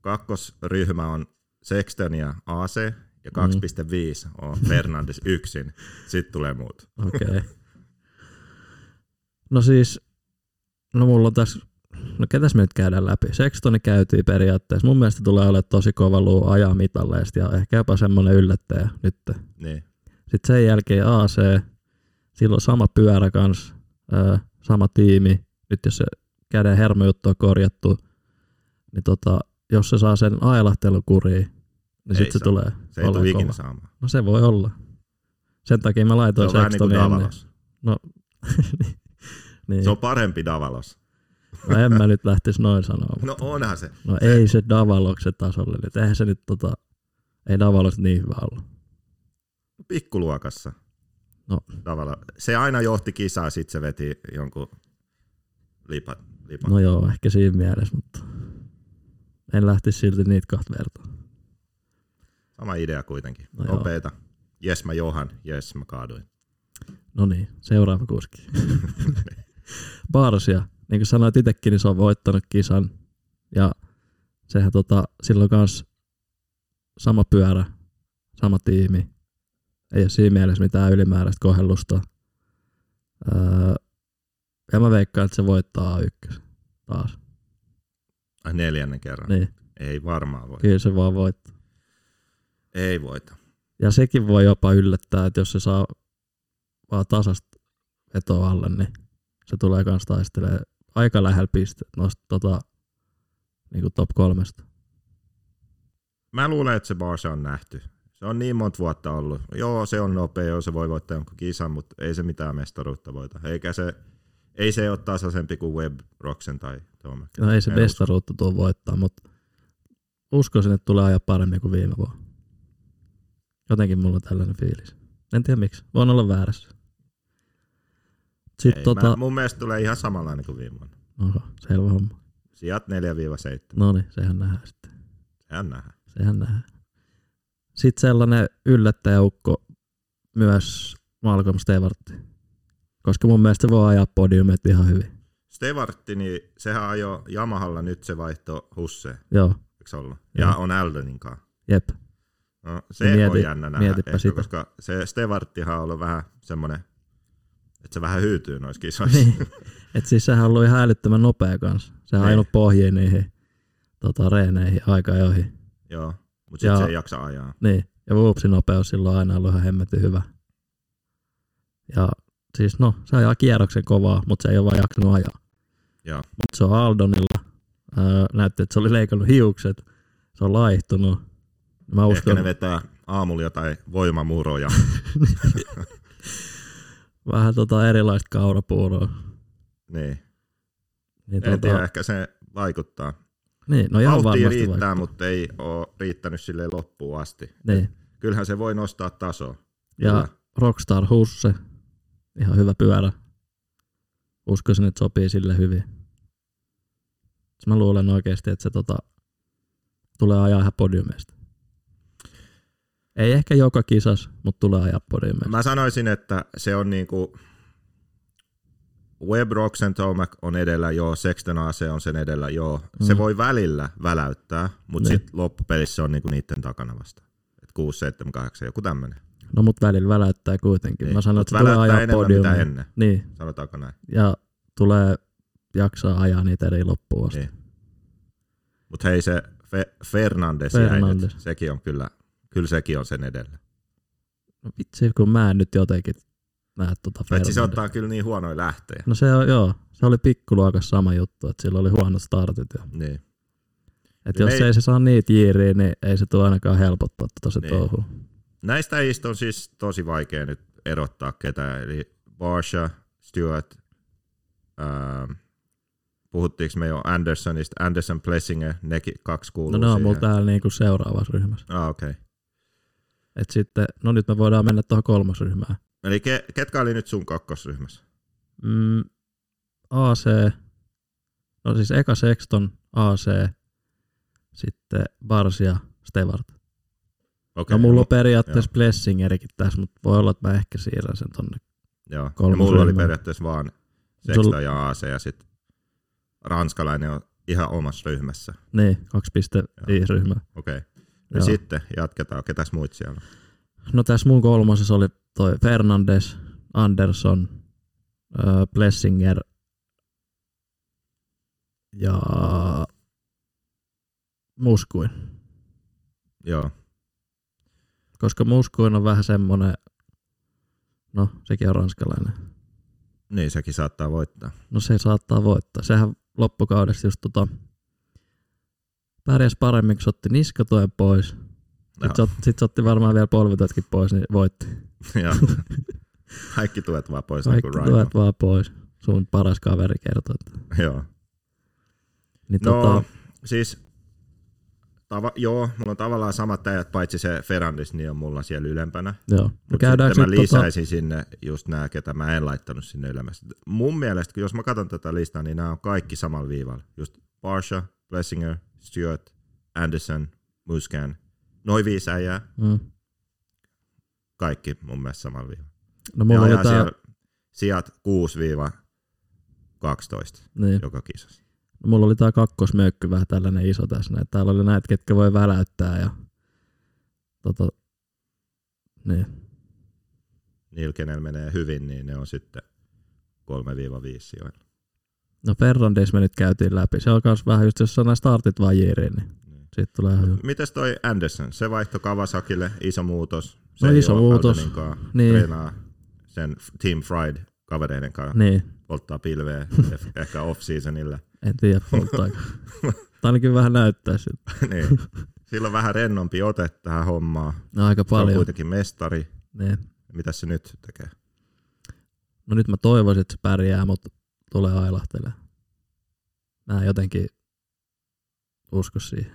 Kakkosryhmä on Sexton ja AC, ja
Mm.
2.5 on Fernandes yksin. Sitten tulee muut.
okei. Okay. no siis, no mulla on tässä, no ketäs me nyt käydään läpi? Sextoni käytiin periaatteessa. Mun mielestä tulee olemaan tosi kova luu ajaa mitalleista ja ehkä jopa semmoinen yllättäjä nyt.
Niin.
Sitten sen jälkeen AC, silloin sama pyörä kans, ö, sama tiimi. Nyt jos se käden hermojuttu on korjattu, niin tota, jos se saa sen ailahtelun kuriin, niin
Ei
sitten se
saa.
tulee
Se ei tule
olemaan
ikinä
kova.
saamaan.
No se voi olla. Sen takia mä
Se
laitoin
on vähän niin kuin
Sextonin ennen.
Davalos.
Niin.
Se on parempi Davalos.
No en mä nyt lähtisi noin sanoa.
No onhan se.
No ei se Davaloksen tasolle nyt. Eihän se nyt tota, ei Davalos niin hyvä ollut.
Pikkuluokassa.
No.
Tavalla. Se aina johti kisaa, sit se veti jonkun lipan. lipan.
No joo, ehkä siinä mielessä, mutta en lähtisi silti niitä kahta vertaa.
Sama idea kuitenkin.
No joo.
Nopeita. Jes mä johan, jes mä kaaduin.
No niin, seuraava kuski. Barsia, niin kuin sanoit itsekin, niin se on voittanut kisan. Ja sehän tota, silloin kans sama pyörä, sama tiimi. Ei ole siinä mielessä mitään ylimääräistä kohellusta. Öö, ja mä veikkaan, että se voittaa A1 taas.
Ai, Neljännen kerran.
Niin,
Ei varmaan voi.
kyllä se vaan voittaa.
Ei voita.
Ja sekin voi jopa yllättää, että jos se saa vaan tasasta vetoa alle, niin se tulee kans taistelee aika lähellä pisteet noista tota, niin kuin top kolmesta.
Mä luulen, että se Barca on nähty. Se on niin monta vuotta ollut. Joo, se on nopea, joo, se voi voittaa jonkun kisan, mutta ei se mitään mestaruutta voita. Eikä se, ei se ole tasaisempi kuin Web Roxen tai Tomek.
No ei se
En usko.
mestaruutta tuo voittaa, mutta uskoisin, että tulee ajaa paremmin kuin viime vuonna. Jotenkin mulla on tällainen fiilis. En tiedä miksi. Voin olla väärässä. Sitten
Ei, tota... mä,
tota...
mun mielestä tulee ihan samanlainen kuin viime vuonna.
Oho, selvä homma.
Sijat 4-7.
No niin, sehän nähdään sitten.
Sehän nähdään.
Sehän nähdään. Sitten sellainen yllättäjäukko myös Malcolm Stewart. Koska mun mielestä se voi ajaa podiumet ihan hyvin.
Stevartti, niin sehän ajoi Yamahalla nyt se vaihto Husseen,
Joo,
eikö se ollut? Ja
Joo.
on Aldenin kanssa.
jep.
No, se
Mieti-
on jännä nähdä,
mietipä
ehkä,
sitä.
koska se Stevarttihan on ollut vähän semmoinen, että se vähän hyytyy noissa kisoissa.
Niin. Et siis sehän on ollut ihan älyttömän nopea kanssa. Sehän on
Niin.
ainut pohjiin niihin tota, reeneihin aika joihin.
Joo, mutta sitten
Ja-
se ei jaksa ajaa.
Niin, ja Whoopsin nopeus silloin on aina ollut ihan hemmetin hyvä. Ja siis no, se ajaa kierroksen kovaa, mutta se ei ole vaan jaksanut ajaa.
Joo.
Mutta se on Aldonilla. Öö, näytti, että se oli leikannut hiukset. Se on laihtunut. Mä
Uskon. Ehkä ne
uskon,
vetää aamulla jotain voimamuroja.
vähän tota erilaista kaurapuuroa.
niin.
Niin,
En tiedä,
tota,
ehkä se vaikuttaa.
Niin, no ihan
Vauhtia
varmasti
riittää,
vaikuttaa.
mutta ei ole riittänyt sille loppuun asti.
Niin.
Kyllähän se voi nostaa tasoa.
Ja
Kyllä.
Rockstar Husse, ihan hyvä pyörä. Uskoisin, että sopii sille hyvin. Siis Mä luulen oikeasti, että se tota, tulee ajaa ihan podiumista. Ei ehkä joka kisas, mutta tulee ajaa podiumista.
Mä sanoisin, että se on niinku Web Roxen Tomac on edellä, joo. Sexton AC on sen edellä, joo. Se
Mm.
voi välillä väläyttää, mutta
Niin.
sitten loppupelissä se on niinku niiden takana vasta. Et 6, 7, 8, joku tämmöinen.
No mut välillä väläyttää kuitenkin. Niin. Mä sanon,
Mut
että se tulee
väläyttää
ajaa
enemmän mitä
podiumista.
ennen,
Niin,
sanotaanko näin.
ja tulee jaksaa ajaa niitä eri loppuun asti.
Niin. Mutta hei se Fe- Fernandes, jäi nyt.
Fernandes.
Sekin on kyllä, kyllä sekin on sen edellä. siis
No vitsi, kun mä en nyt jotenkin näe tota
Paitsi se
Fernandesta.
ottaa kyllä niin huonoja lähtejä.
No se on, joo, se oli pikkuluokassa sama juttu, että sillä oli huonot startit. Ja,
Niin.
et
Niin
jos
ei-
ei se saa niitä jiiriä, niin ei se tule ainakaan helpottaa tota se
Niin.
niin. touhu.
Näistä äijistä on siis tosi vaikea nyt erottaa ketään. Eli Barsha, Stewart, ähm, puhuttiinko me jo Andersonista, Anderson Plessinger, nekin kaksi
No
kuuluu
ne on mulla
siihen.
täällä niinku seuraavassa ryhmässä.
Ah, okei. Okay.
Et sitten, no nyt me voidaan mennä tuohon kolmosryhmään.
Eli ke, ketkä oli nyt sun kakkosryhmässä?
Mm, AC, no siis eka Sexton, AC, sitten Barsia, Stewart.
Okei,
No mulla on
mu-
periaatteessa Blessingerikin tässä, mutta voi olla, että mä ehkä siirrän sen tonne.
Joo. Ja
kolmas
mulla oli
ryhmä.
periaatteessa vaan
Sulla-
Sexta ja AC ja sitten ranskalainen on ihan omassa ryhmässä.
Niin, 2.5 ryhmä.
Okei. Okay. Ja siis
Joo.
sitten jatketaan. Ketäs muut siellä on?
No tässä mun kolmosessa oli toi Fernandes, Anderson, öö, Blessinger ja Muskuin.
Joo.
Koska Muskuin on vähän semmonen, no sekin on ranskalainen.
Niin, sekin saattaa voittaa.
No se saattaa voittaa. Sehän loppukaudessa just tota, pärjäs paremmin, kun se otti niskatuen pois.
Joo.
Sitten se, ot- sit se otti varmaan vielä polvitotkin pois, niin voitti.
Joo. Kaikki tuet vaan pois
Kaikki
Kaikki niin kuin
tuet vaan pois. Sun paras kaveri kertoo. että-
Joo.
Niin
No,
tota,
siis tava, joo, mulla on tavallaan samat äijät, paitsi se Ferrandis, niin on mulla siellä ylempänä.
Joo. No
Mut sitten
käydäänkö
mä
nyt tota,
lisäisin sinne just nämä, ketä mä en laittanut sinne ylemmässä. Mun mielestä, jos mä katson tätä listaa, niin nämä on kaikki samalla viivalla. Just Barsha, Blessinger, Stewart, Anderson, Muskan. Noin viisi äijää,
mm,
kaikki mun mielestä samalla viivalla.
no
Ne
mulla oli
ajaa
tää,
siellä sijat 6-12
niin,
joka kisassa.
no mulla oli tää kakkosmöykky vähän tällainen iso tässä. Näin. Täällä oli näitä, ketkä voi väläyttää ja tota, niin,
niillä, kenellä menee hyvin, niin ne on sitten 3-5 sijoilla.
No Fernandes me nyt käytiin läpi. Se on kans vähän just, jos on nää startit vaan jiiriin, niin
Niin.
siitä tulee hyvä.
Mites toi Anderson? Se vaihto Kawasakille, iso muutos. Se
No
ei
iso
oo
muutos.
Haldeninkaan,
Niin,
Treenaa sen Team Fried kavereiden kanssa,
niin.
polttaa pilveä eff- ehkä off-seasonilla.
En tiedä polttaako. Tää ainakin vähän näyttää siltä.
niin. Sillä on vähän rennompi ote tähän hommaan.
No aika
Se on
paljon.
kuitenkin mestari.
Niin.
Mitä se nyt tekee?
No nyt mä toivoisin, että se pärjää, mutta tulee ailahtelee. Mä en jotenkin usko siihen.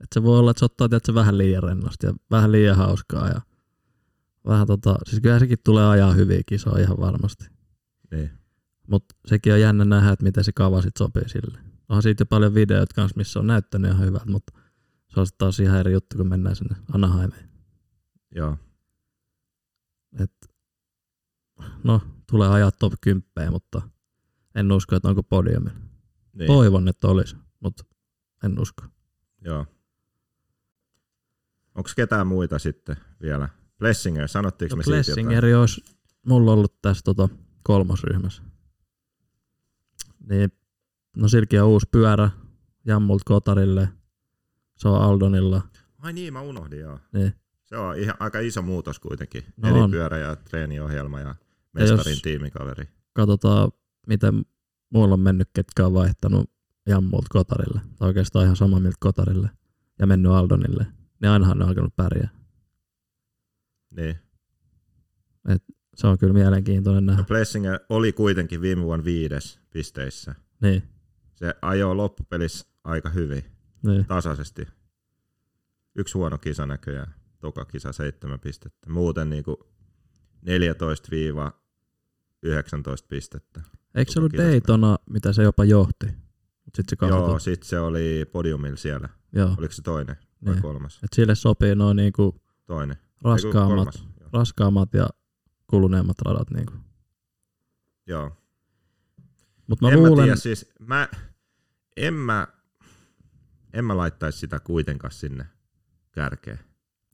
Et se voi olla, että se ottaa tiedätkö, vähän liian rennosti ja vähän liian hauskaa. Ja vähän tota, siis kyllä sekin tulee ajaa hyviä kisoja ihan varmasti.
Niin.
Mutta sekin on jännä nähdä, että miten se kava sit sopii sille. Onhan siitä jo paljon videoita kanssa, missä on näyttänyt ihan hyvältä, mutta se on sit taas ihan eri juttu, kun mennään sinne Anaheimiin.
Joo.
No, tulee ajaa top 10, mutta en usko, että onko podiumilla.
Niin.
Toivon, että olisi, mutta en usko.
Joo. Onko ketään muita sitten vielä? Blessinger, sanottiinko
No
me siitä jotain?
Blessingeri olisi mulla ollut tässä tota kolmosryhmässä. Niin, no silläkin on uusi pyörä Jammult Kotarille. Se on Aldonilla.
Ai niin, mä unohdin joo.
Niin.
Se on ihan, aika iso muutos kuitenkin.
No
No Eli
on.
pyörä ja treeniohjelma ja
Ja jos-
mestarin tiimikaveri.
Katsotaan, miten muilla on mennyt, ketkä on vaihtanut Jammult Kotarille. Tai oikeastaan ihan sama miltä Kotarille. Ja mennyt Aldonille. Niin ainahan ne on alkanut pärjää.
Niin.
Se on kyllä mielenkiintoinen
No
nähdä.
Blessinger oli kuitenkin viime vuonna viides pisteissä.
Niin,
se ajoi loppupelissä aika hyvin,
Niin.
tasaisesti. Yksi huono kisa näköjään, toka kisa seitsemän pistettä. Muuten niinku 14-19 pistettä.
Eikö se ollut
Kisasta.
Daytona, mitä se jopa johti? Mut sit se
Joo,
kaatui.
sit se oli podiumilla siellä.
Joo.
Oliko se toinen vai
Niin.
kolmas?
Et sille sopii noin niinku
Toinen. Ei, kun
raskaammat,
kolmas. Joo.
raskaammat ja kuluneemmat radat. Niinku.
Joo.
Mutta mä
en mä
luulen,
tiedä, siis mä, en mä, en mä laittaisi sitä kuitenkaan sinne kärkeen.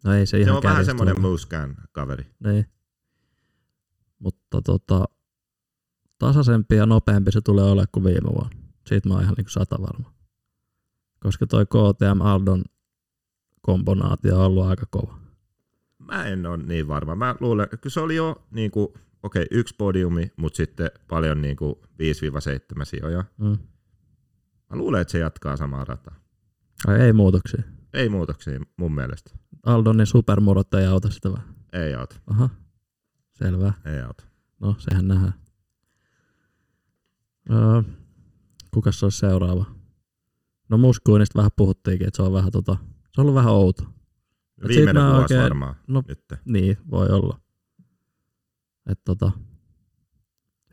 no ei se
Se
ihan
on vähän
kärjestä
semmoinen
ollut.
muuskaan kaveri.
Niin. Mutta tota, tasaisempi ja nopeampi se tulee olemaan kuin viime vuonna. Siitä mä oon ihan niin sata varma. Koska toi KTM Aldon kombonaatio on ollut aika kova.
Mä en ole niin varma. Mä luulen, kyllä se oli jo niin kuin, okei, okay, yksi podiumi, mutta sitten paljon niin kuin 5-7 sijoja.
Mm.
Mä luulen, että se jatkaa samaa rataa.
Ai ei muutoksia.
Ei muutoksia mun mielestä.
Aldonin supermurot ei auta sitä vai?
Ei auta,
Aha, selvä.
ei auta.
No, sehän nähdään. Öö, kuka se olisi seuraava? No Muskuinista vähän puhuttiinkin, että se on vähän tota, se on ollut vähän outo. sit
Viimeinen
mä
vuosi
oikein-
varmaan
no-
no. nyt.
Niin, voi olla. Et tota,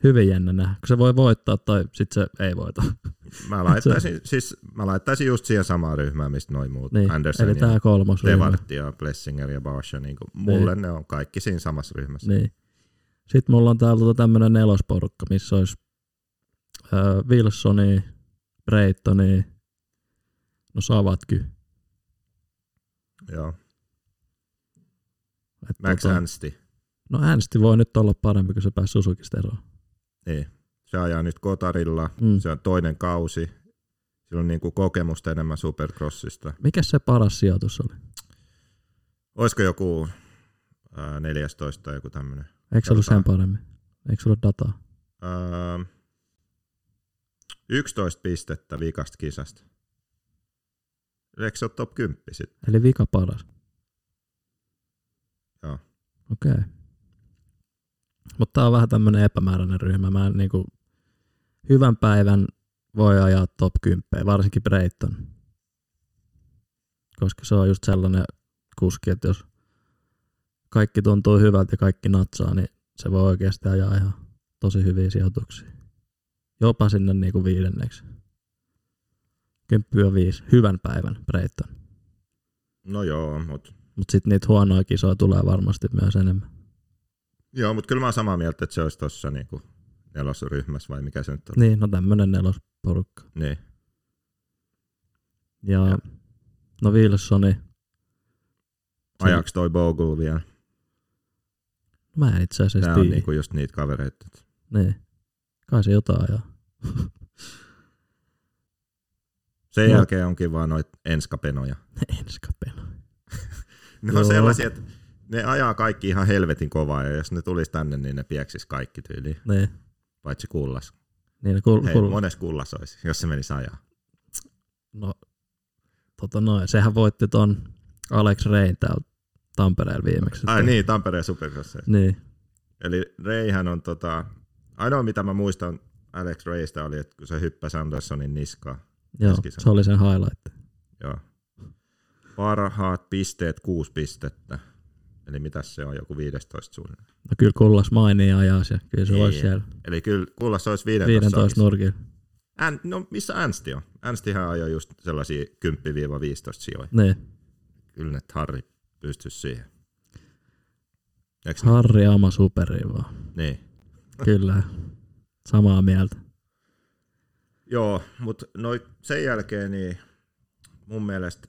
hyvin jännä nähdä, kun se voi voittaa tai sit se ei voita.
Mä laittaisin, siis, mä laittaisin just siihen samaan ryhmään, mistä noin muut.
Niin,
Anderson
eli
ja
tää kolmas ryhmä.
Devart ja Blessinger ja Bosch, ja niin kuin, mulle ne on kaikki siinä samassa ryhmässä.
Niin. Sitten mulla on täällä tota tämmönen nelosporukka, missä olisi öö, Wilsoni, Breitoni, no Savatky.
Joo.
Et
Max
tota-
Anstey,
No äänesti voi nyt olla parempi, kun se pääsi Susukista eroon.
niin. se ajaa nyt Kotarilla,
Mm.
se on toinen kausi, sillä on niin kuin kokemusta enemmän Supercrossista.
Mikä se paras sijoitus oli?
Olisiko joku ää, 14 tai joku tämmöinen?
Eikö se ollut sen
Dataa.
paremmin? Eikö se ollut dataa?
11 pistettä vikasta kisasta. Eikö se ole top 10 sitten?
Eli vika paras.
Joo.
Okei. Okay. Mutta tämä on vähän tämmöinen epämääräinen ryhmä. Mä en niinku, hyvän päivän voi ajaa top 10, varsinkin Brayton. Koska se on just sellainen kuski, että jos kaikki tuntuu hyvältä ja kaikki natsaa, niin se voi oikeasti ajaa ihan tosi hyviä sijoituksia. Jopa sinne niinku viidenneksi. 10 5. Hyvän päivän Brayton.
No joo, mutta
Mutta sitten niitä huonoja kisoja tulee varmasti myös enemmän.
joo, mut kyllä mä oon samaa mieltä, että se olisi tuossa niinku nelosryhmässä vai mikä se nyt on.
Niin, no tämmönen nelosporukka.
Niin.
Ja, ja.
Ja.
no Wilsoni,
Ajaako toi Bogle vielä?
mä en itse asiassa
Nämä on
tiedä.
niinku just niitä kavereita. että-
Niin. Kai se jotain ajaa.
Sen
No.
no. jälkeen onkin vaan noita enskapenoja.
Enskapena.
Ne
Joo.
on sellaisia, että ne ajaa kaikki ihan helvetin kovaa ja jos ne tulisi tänne, niin ne pieksis kaikki tyyliin,
Niin,
paitsi kullas.
niin kul,
Hei,
kul,
mones kullas olisi, jos se menisi ajaa.
no, tota noin. Sehän voitti ton Alex Rein täällä Tampereella viimeksi.
Ai
Että-
niin, Tampereen Supercross.
Niin,
Eli Reihän on tota, ainoa mitä mä muistan Alex Reistä oli, että kun se hyppäsi Andersonin niskaan.
joo,
Keskisarja.
se oli sen highlight.
Joo. Parhaat pisteet, kuusi pistettä. Eli mitäs se on, joku 15 suunnilleen.
No kyllä kullas mainia ajaa se. Kyllä se
Niin.
olisi siellä
Eli kyllä kullas olisi 15,
15
15
nurkilla.
Än, no missä Äänsti on? Äänstihän ajoi just sellaisia 10-15 sijoja.
Niin.
Kyllä ne Harri pystyisi siihen. Eiks ha-
Harri Ama superi vaan.
niin?
Kyllä. Samaa mieltä.
Joo, mutta noi sen jälkeen niin mun mielestä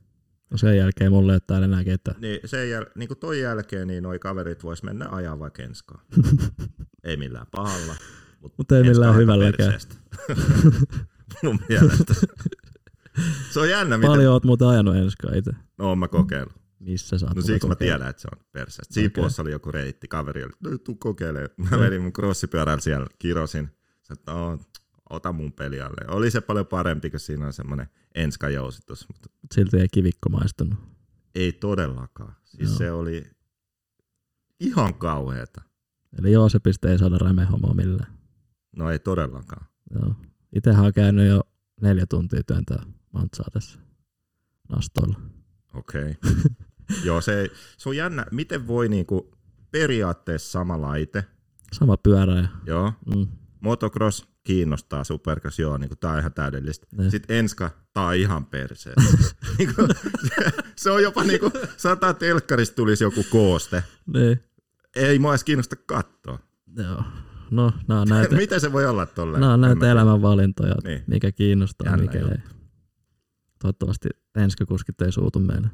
No sen jälkeen mulle ei ole täällä enää ketään.
niin sen jäl- niin kuin toi jälkeen niin noi kaverit vois mennä ajaa vaikka Enskaan. ei millään pahalla. Mutta
Mut ei millään hyvälläkään.
Mun mielestä. se on jännä, miten... Paljon.
Paljon oot muuten ajanut enskaan itse.
No oon mä kokeillut.
Missä sä oot
No
muuten
siksi mä
kokeillut?
tiedän, että se on perseestä. Siinä
Okei.
okay. oli joku reitti, kaveri oli, nyt tuu kokeilemaan. Mä menin mun crossipyörällä siellä, kirosin. Sä, että "Oo, ota mun peli alle. Oli se paljon parempi, kun siinä on semmoinen enskajousitus, mutta
Mut Silti ei kivikko maistunut.
ei todellakaan. Siis
Joo.
se oli ihan kauheeta.
Eli joo, se piste ei saada rämehomoa millään.
No ei todellakaan.
Joo. Itehän on käynyt jo neljä tuntia työntää mantsaa tässä nastoilla.
Okei. Okay. Joo, se, ei- se on jännä. Miten voi niinku periaatteessa sama laite,
Sama pyörä ja
joo,
mm,
motocross kiinnostaa supercross, joo, niin tämä on ihan täydellistä.
Ne.
Sitten enska, tämä on ihan perseet. niin kuin, se, se, on jopa niin kuin, sata telkkarista tulisi joku kooste.
niin,
Ei mua edes kiinnosta katsoa.
joo. No, nää on näitä,
Miten se voi olla tolleen?
nää
En
on
mä
näitä
tiedä.
elämänvalintoja,
Niin.
niin. mikä kiinnostaa,
Jännä
mikä
juttu.
ei. Toivottavasti enskakuskit ei suutu meille.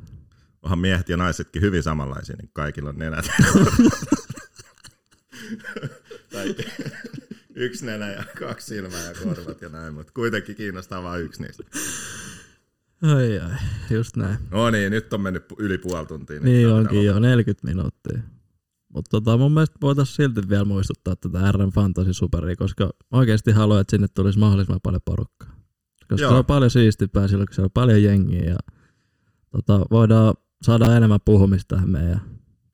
Onhan miehet ja naisetkin hyvin samanlaisia, niin kaikilla on nenät. tai yksi nenä ja kaksi silmää ja korvat ja näin, mutta kuitenkin kiinnostaa vain yksi niistä.
Ai ai, just näin.
No niin, nyt on mennyt pu- yli puoli tuntia.
Niin
tää pitää
onkin jo, 40 minuuttia. Mutta tota, mun mielestä voitaisiin silti vielä muistuttaa tätä RM Fantasy Superia, koska oikeasti haluan, että sinne tulisi mahdollisimman paljon porukkaa.
Joo.
Koska Joo. se on paljon siistimpää silloin, kun siellä on paljon jengiä ja tota, voidaan saada enemmän puhumista tähän meidän.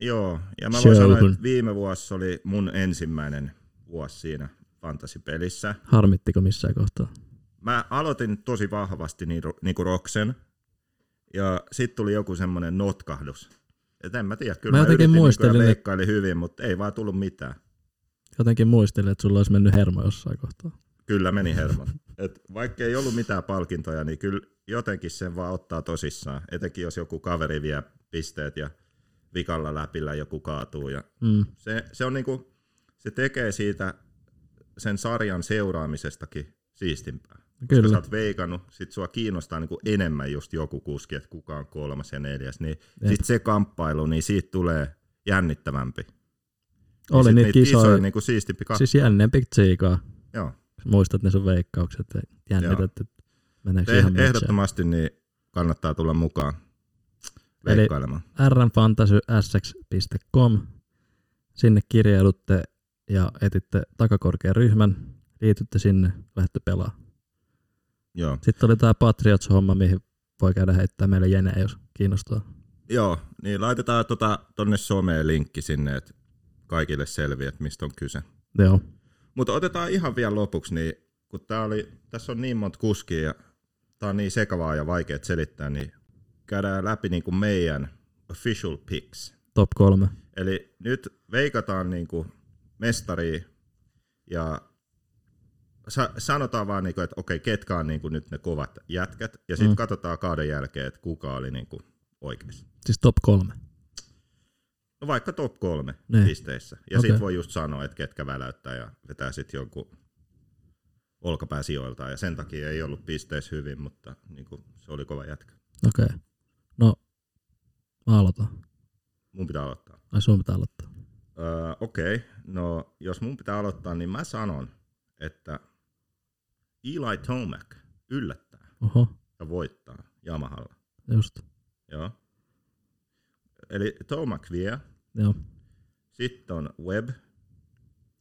Joo, ja mä voin
Sure,
sanoa,
kun-
että viime vuosi oli mun ensimmäinen vuosi siinä fantasipelissä.
Harmittiko missään kohtaa?
Mä aloitin tosi vahvasti niin, niin kuin Roksen, ja sitten tuli joku semmoinen notkahdus. Et en mä tiedä, kyllä
Mä
mä,
jotenkin
yritin
muistelin,
muistelin,
että-
leikkaili hyvin, mutta ei vaan tullut mitään.
Jotenkin muistelin, että sulla olisi mennyt hermo jossain kohtaa.
Kyllä meni hermot. Et vaikka ei ollut mitään palkintoja, niin kyllä jotenkin sen vaan ottaa tosissaan. Etenkin jos joku kaveri vie pisteet ja vikalla läpillä joku kaatuu ja
Mm.
se, se, on niinku, se tekee siitä sen sarjan seuraamisestakin siistimpää. Kyllä. Koska sä
Kyllä,
oot veikannut, sit sua kiinnostaa niinku enemmän just joku kuski, että kuka on kolmas ja neljäs. Niin
Jep.
sit se kamppailu, niin siitä tulee jännittävämpi. Niin
oli
sit
niitä kisoja.
niinku siistimpi katsoa. Siis...
Siis jännempi tsiikaa.
Joo.
Muistat ne sun veikkaukset ja jännität, että meneekö
Eh,
ihan metsään.
ehdottomasti niin kannattaa tulla mukaan
Eli-
veikkailemaan.
rnfantasysx.com. Sinne kirjaudutte ja etitte takakorkean ryhmän, liitytte sinne, lähdette pelaamaan.
Joo.
Sitten oli tämä Patriots-homma, mihin voi käydä heittää meille jeneä, jos kiinnostaa.
Joo, niin laitetaan tota, tonne someen linkki sinne, että kaikille selviää, että mistä on kyse.
Joo,
Mutta otetaan ihan vielä lopuksi, niin kun tää oli, tässä on niin monta kuskia ja tää on niin sekavaa ja vaikea selittää, niin käydään läpi niin kuin meidän official picks.
top kolme.
Eli nyt veikataan niin kuin mestari ja sa- sanotaan vaan, niin kuin, että okei, ketkä on niin kuin nyt ne kovat jätkät. Ja sitten
Mm.
mm. katsotaan kauden jälkeen, että kuka oli niin kuin oikeassa.
Siis top kolme.
No vaikka top kolme
Niin.
pisteissä. Ja okay.
Okei.
sitten voi just sanoa, että ketkä väläyttää ja vetää sitten jonkun olkapääsijoiltaan. Ja sen takia ei ollut pisteissä hyvin, mutta niin kuin, se oli kova jätkä.
Okei. Okay. No, mä aloitan.
Mun pitää aloittaa.
Ai sun pitää aloittaa.
Öö, Okei, okay. no jos mun pitää aloittaa, niin mä sanon, että Eli Tomac yllättää
Oho,
ja voittaa Yamahalla.
just.
Joo. Eli Tomac vie,
Joo,
sitten on Webb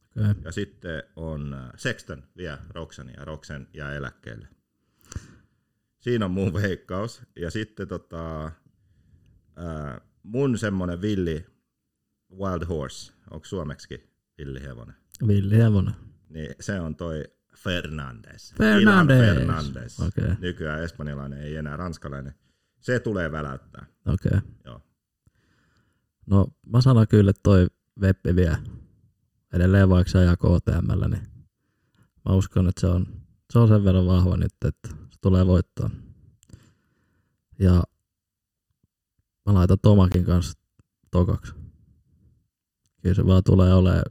okei. Okay.
ja sitten on äh, Sexton vie Roxan ja Roxan jää eläkkeelle. Siinä on mun veikkaus. Ja sitten tota, ää, mun semmonen villi Wild Horse, onko suomeksi villihevonen?
Villi Hevonen.
niin se on toi Fernandes.
Fernandes.
Ilan Fernandes.
Okei.
Nykyään espanjalainen, ei enää ranskalainen. Se tulee väläyttää.
Okei. Okay.
Joo.
No mä sanon kyllä, että toi Veppi vie edelleen vaikka se ajaa KTMllä, niin mä uskon, että se on, se on sen verran vahva nyt, että se tulee voittaa. Ja mä laitan Tomakin kanssa tokaksi. Kyllä se vaan tulee olemaan,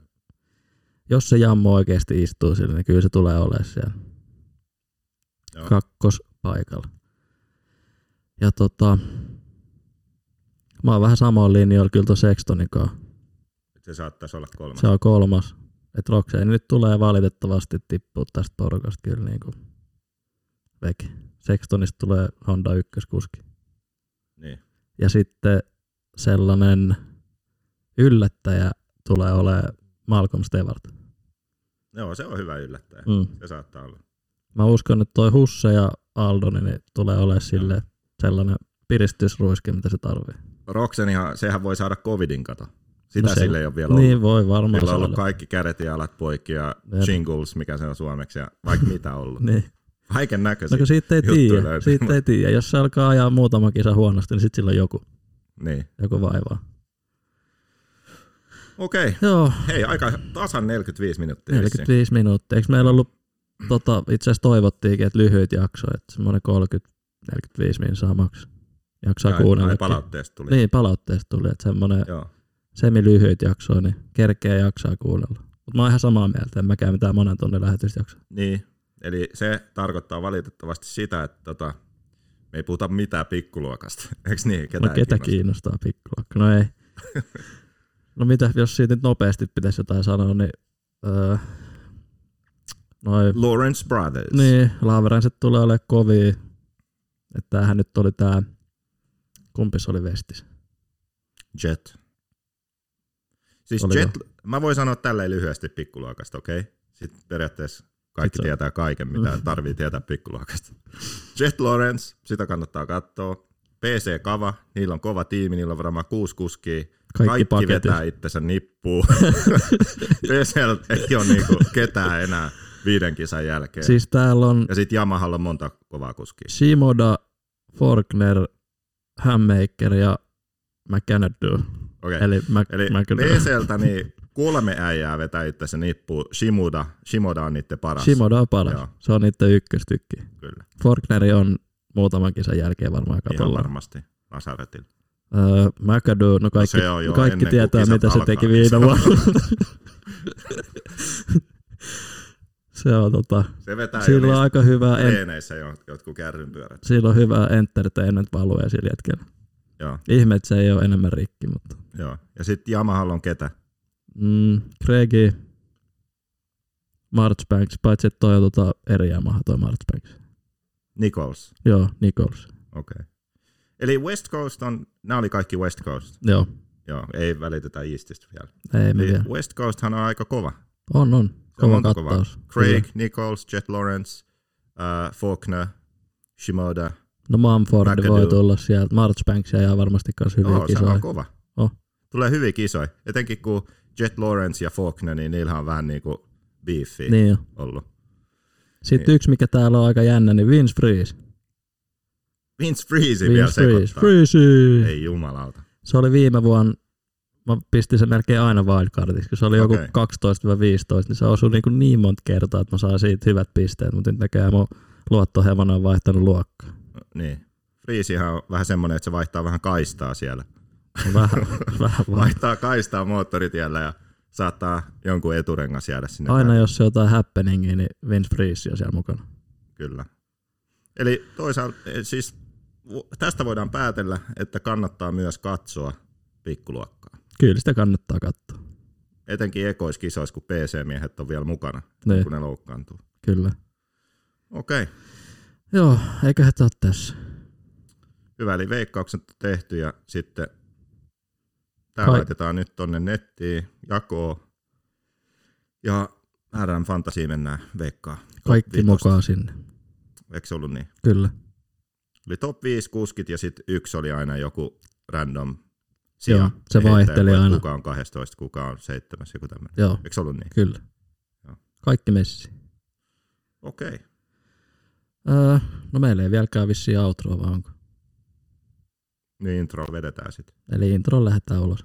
jos se jammo oikeasti istuu sille, niin kyllä se tulee olemaan siellä
Joo.
kakkospaikalla. Ja tota, mä oon vähän samoin linjoilla kyllä tuossa Sextonin kanssa.
Se saattaisi olla kolmas.
Se on kolmas. Et Roxanne nyt tulee valitettavasti tippua tästä porukasta kyllä niin kuin veke. Sextonista tulee Honda ykköskuski.
Niin.
Ja sitten sellainen yllättäjä tulee olemaan Malcolm Stewart.
Joo, se on hyvä yllättäjä. Mm.
Mm.
Se saattaa olla.
Mä uskon, että toi Husse ja Aldo, niin ne tulee olemaan sille sellainen piristysruiske, mitä se tarvii.
Roksenihan, sehän voi saada covidin kato. Sitä
No
no
se-
sille ei ole vielä ollut.
Niin voi varmaan
Sillä on
saada.
ollut kaikki kädet ja jalat poikki ja
Jep.
jingles, mikä se on suomeksi ja vaikka mitä ollut.
Niin.
Kaiken
No
näköisiä.
kun siitä ei
juttuja
tiedä,
löytyy.
siitä ei tiedä. Jos se alkaa ajaa muutama kisa huonosti, niin sitten sillä on joku,
Niin.
joku vaivaa.
Okei. Okay.
Joo,
Hei, aika tasan 45 minuuttia. 45.
45 minuuttia. Eikö meillä ollut, tota, itse asiassa toivottiinkin, että lyhyt jakso, että semmoinen 30-45 min saamaksi jaksaa kuunnella.
palautteesta tuli.
Niin, palautteesta tuli, että semmoinen
Joo.
semilyhyt jakso, niin kerkeä jaksaa kuunnella. Mutta mä oon ihan samaa mieltä, en mäkään mitään monen tunnin lähetysjaksoa.
Niin. Eli se tarkoittaa valitettavasti sitä, että tota, me ei puhuta mitään pikkuluokasta. Eikö niin?
No
Ketään
ketä
kiinnosta?
kiinnostaa pikkulakka? No ei. No mitä, jos siitä nyt nopeasti pitäisi jotain sanoa, niin öö, noin
Lawrence Brothers.
Niin, laaveranset tulee olemaan kovia. Että tämähän nyt oli tää, kumpi se oli Vestis?
Jet. Siis
Oliko?
Jet, mä voin sanoa tälleen lyhyesti pikkuluokasta, okei? Okay? Sitten periaatteessa kaikki
Sit se-
Sitten tietää kaiken, mitä
Mm.
tarvii tietää pikkuluokasta. Jet Lawrence, sitä kannattaa katsoa. PC Kava, niillä on kova tiimi, niillä on varmaan kuusi kuskia.
Kaikki
Kaikki, kaikki
paketit.
vetää itsensä nippuun. PC ei ole niinku ketään enää viiden kisan jälkeen.
Siis täällä on
Ja sitten Yamahalla on monta kovaa kuskia.
Shimoda, Forkner, Hammaker ja McAnadu.
Okei.
Eli, mä,
Eli
mä kyllä,
PCltä niin kolme äijää vetää itse nippuun. Shimuda, Shimoda on niiden paras.
Shimoda on paras.
Joo.
Se on niiden ykköstykki.
Kyllä,
Forkneri on muutaman kisan jälkeen varmaan
ihan
katolla.
varmasti. Lasaretilla.
Öö, McAdoo, no kaikki,
se on jo ennen
kaikki
kuin
tietää
kisat
mitä se
alkaa. niin
teki viime vuonna. se on tota,
Se vetää
sillä on
jo
aika hyvä
niissä
en,
treeneissä jo, jotkut kärrynpyörät.
sillä on hyvä entertainment-value sillä hetkellä.
Joo,
Ihme, että se ei ole enemmän rikki, mutta...
joo. Ja sitten Yamahalla on ketä?
Mm, Craigie, Marchbanks, paitsi että toi on tota eri Yamaha toi Marchbanks.
Nichols.
Joo, Nichols.
Okei. Okay. Eli West Coast on, nämä oli kaikki West Coast.
Joo,
Joo, ei välitetä Eastistä vielä.
ei me
Eli
vielä.
West Coasthan on aika kova.
On, on. Kova
Niin. monta kovaa.
kattaus.
Craig,
Kyllä.
Nichols, Jet Lawrence, äh, Faulkner, Shimoda.
No Mumford voi
McAdoo.
tulla sieltä. Marchbanks ajaa varmasti myös hyviä
Joo, se
kisoja.
on kova.
Oh.
Tulee hyviä kisoja. Etenkin kun Jet Lawrence ja Faulkner, niin niillä on vähän niinku beefiä niin.
Niin jo.
ollut.
Sitten
Niin.
yksi, mikä täällä on aika jännä, niin Vince Freeze.
Vince Freeze Niin vielä
Vince Freeze.
sekoittaa.
Freeze.
Ei jumalauta.
Se oli viime vuonna, mä pistin sen melkein aina wildcardiksi, kun se oli joku
Okei.
12-15, niin se osui niin, kuin niin monta kertaa, että mä saan siitä hyvät pisteet, mutta nyt näköjään mun luottohevona on vaihtanut luokkaa.
Niin. Freezihän on vähän semmoinen, että se vaihtaa vähän kaistaa siellä.
Vähän, vähän vai.
Vaihtaa kaistaa moottoritiellä ja saattaa jonkun eturengas jäädä sinne.
Aina
väliin.
jos se on jotain happeningia, niin Vince Freeze on siellä mukana.
Kyllä. Eli toisaalta eh, siis vu- tästä voidaan päätellä, että kannattaa myös katsoa pikkuluokkaa.
Kyllä sitä kannattaa katsoa.
Etenkin ekoiskisoissa, kun PC-miehet on vielä mukana,
Niin,
kun ne loukkaantuu.
kyllä.
Okei.
Joo, eiköhän tää ole tässä.
Hyvä, eli veikkaukset on tehty ja sitten tämä
Kai-
laitetaan nyt tonne nettiin jakoon. Ja RM Fantasiin mennään veikkaa. Top
Kaikki
vitosta.
mukaan sinne.
Eikö se ollut niin?
Kyllä.
Eli top 5 kuskit ja sitten yksi oli aina joku random sija.
Joo, se
Heittäjä,
vaihteli
että
aina.
Kuka on 12, kuka on 7, joku tämmöinen.
Joo,
Eikö se ollut niin?
kyllä.
Joo.
Kaikki messi.
Okei. Okay.
Öö, no meillä ei vieläkään vissiin outroa, vaan onko?
Niin intro vedetään sitten.
Eli intro lähdetään ulos.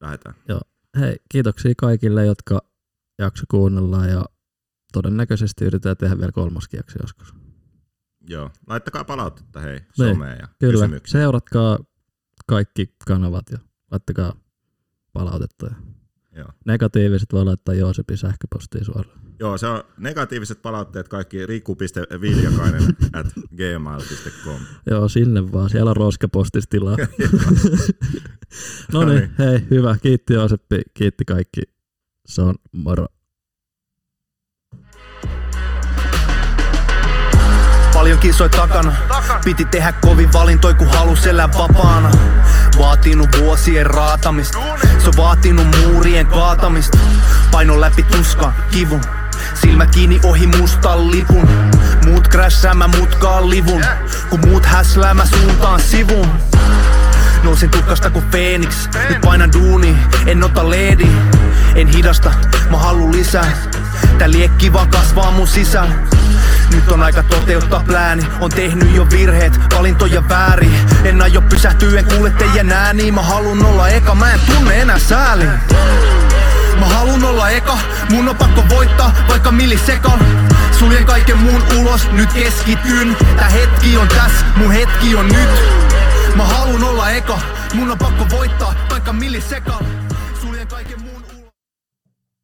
Lähdetään.
Hei, kiitoksia kaikille, jotka jakso kuunnellaan ja todennäköisesti yritetään tehdä vielä kolmaskin jakso joskus.
Joo. Laittakaa palautetta hei someen ja
Niin, Kyllä,
kysymyksiä.
seuratkaa kaikki kanavat ja laittakaa palautetta. Ja
Joo.
Negatiiviset voi laittaa Joosepin sähköpostiin suoraan.
Joo, se on negatiiviset palautteet kaikki riku.viljakainen at gmail.com.
Joo, sinne vaan. Siellä on roskapostis tilaa. no niin,
Noniin.
hei, hyvä. Kiitti Jooseppi, kiitti kaikki. Se on moro.
Paljon kisoi takana Piti tehdä kovin valintoi kun halus elää vapaana Vaatinut vuosien raatamista Se on vaatinut muurien kaatamista Paino läpi tuskan, kivun Silmä kiinni ohi mustan lipun Muut crashaa mä mutkaan livun Kun muut häslää mä suuntaan sivun Nousin tukkasta kuin Phoenix Nyt painan duuni, en ota leedi En hidasta, mä haluun lisää Tää liekki vaan kasvaa mun sisällä Nyt on aika toteuttaa plääni On tehnyt jo virheet, valintoja väärin En aio pysähtyä, en kuule teidän ääniä Mä haluun olla eka, mä en tunne enää sääliä Mä haluun olla eka, mun on pakko voittaa vaikka millisekan Suljen kaiken muun ulos, nyt keskityn Tää hetki on tässä, mun hetki on nyt Mä haluun olla eka, mun on pakko voittaa vaikka millisekan Suljen kaiken muun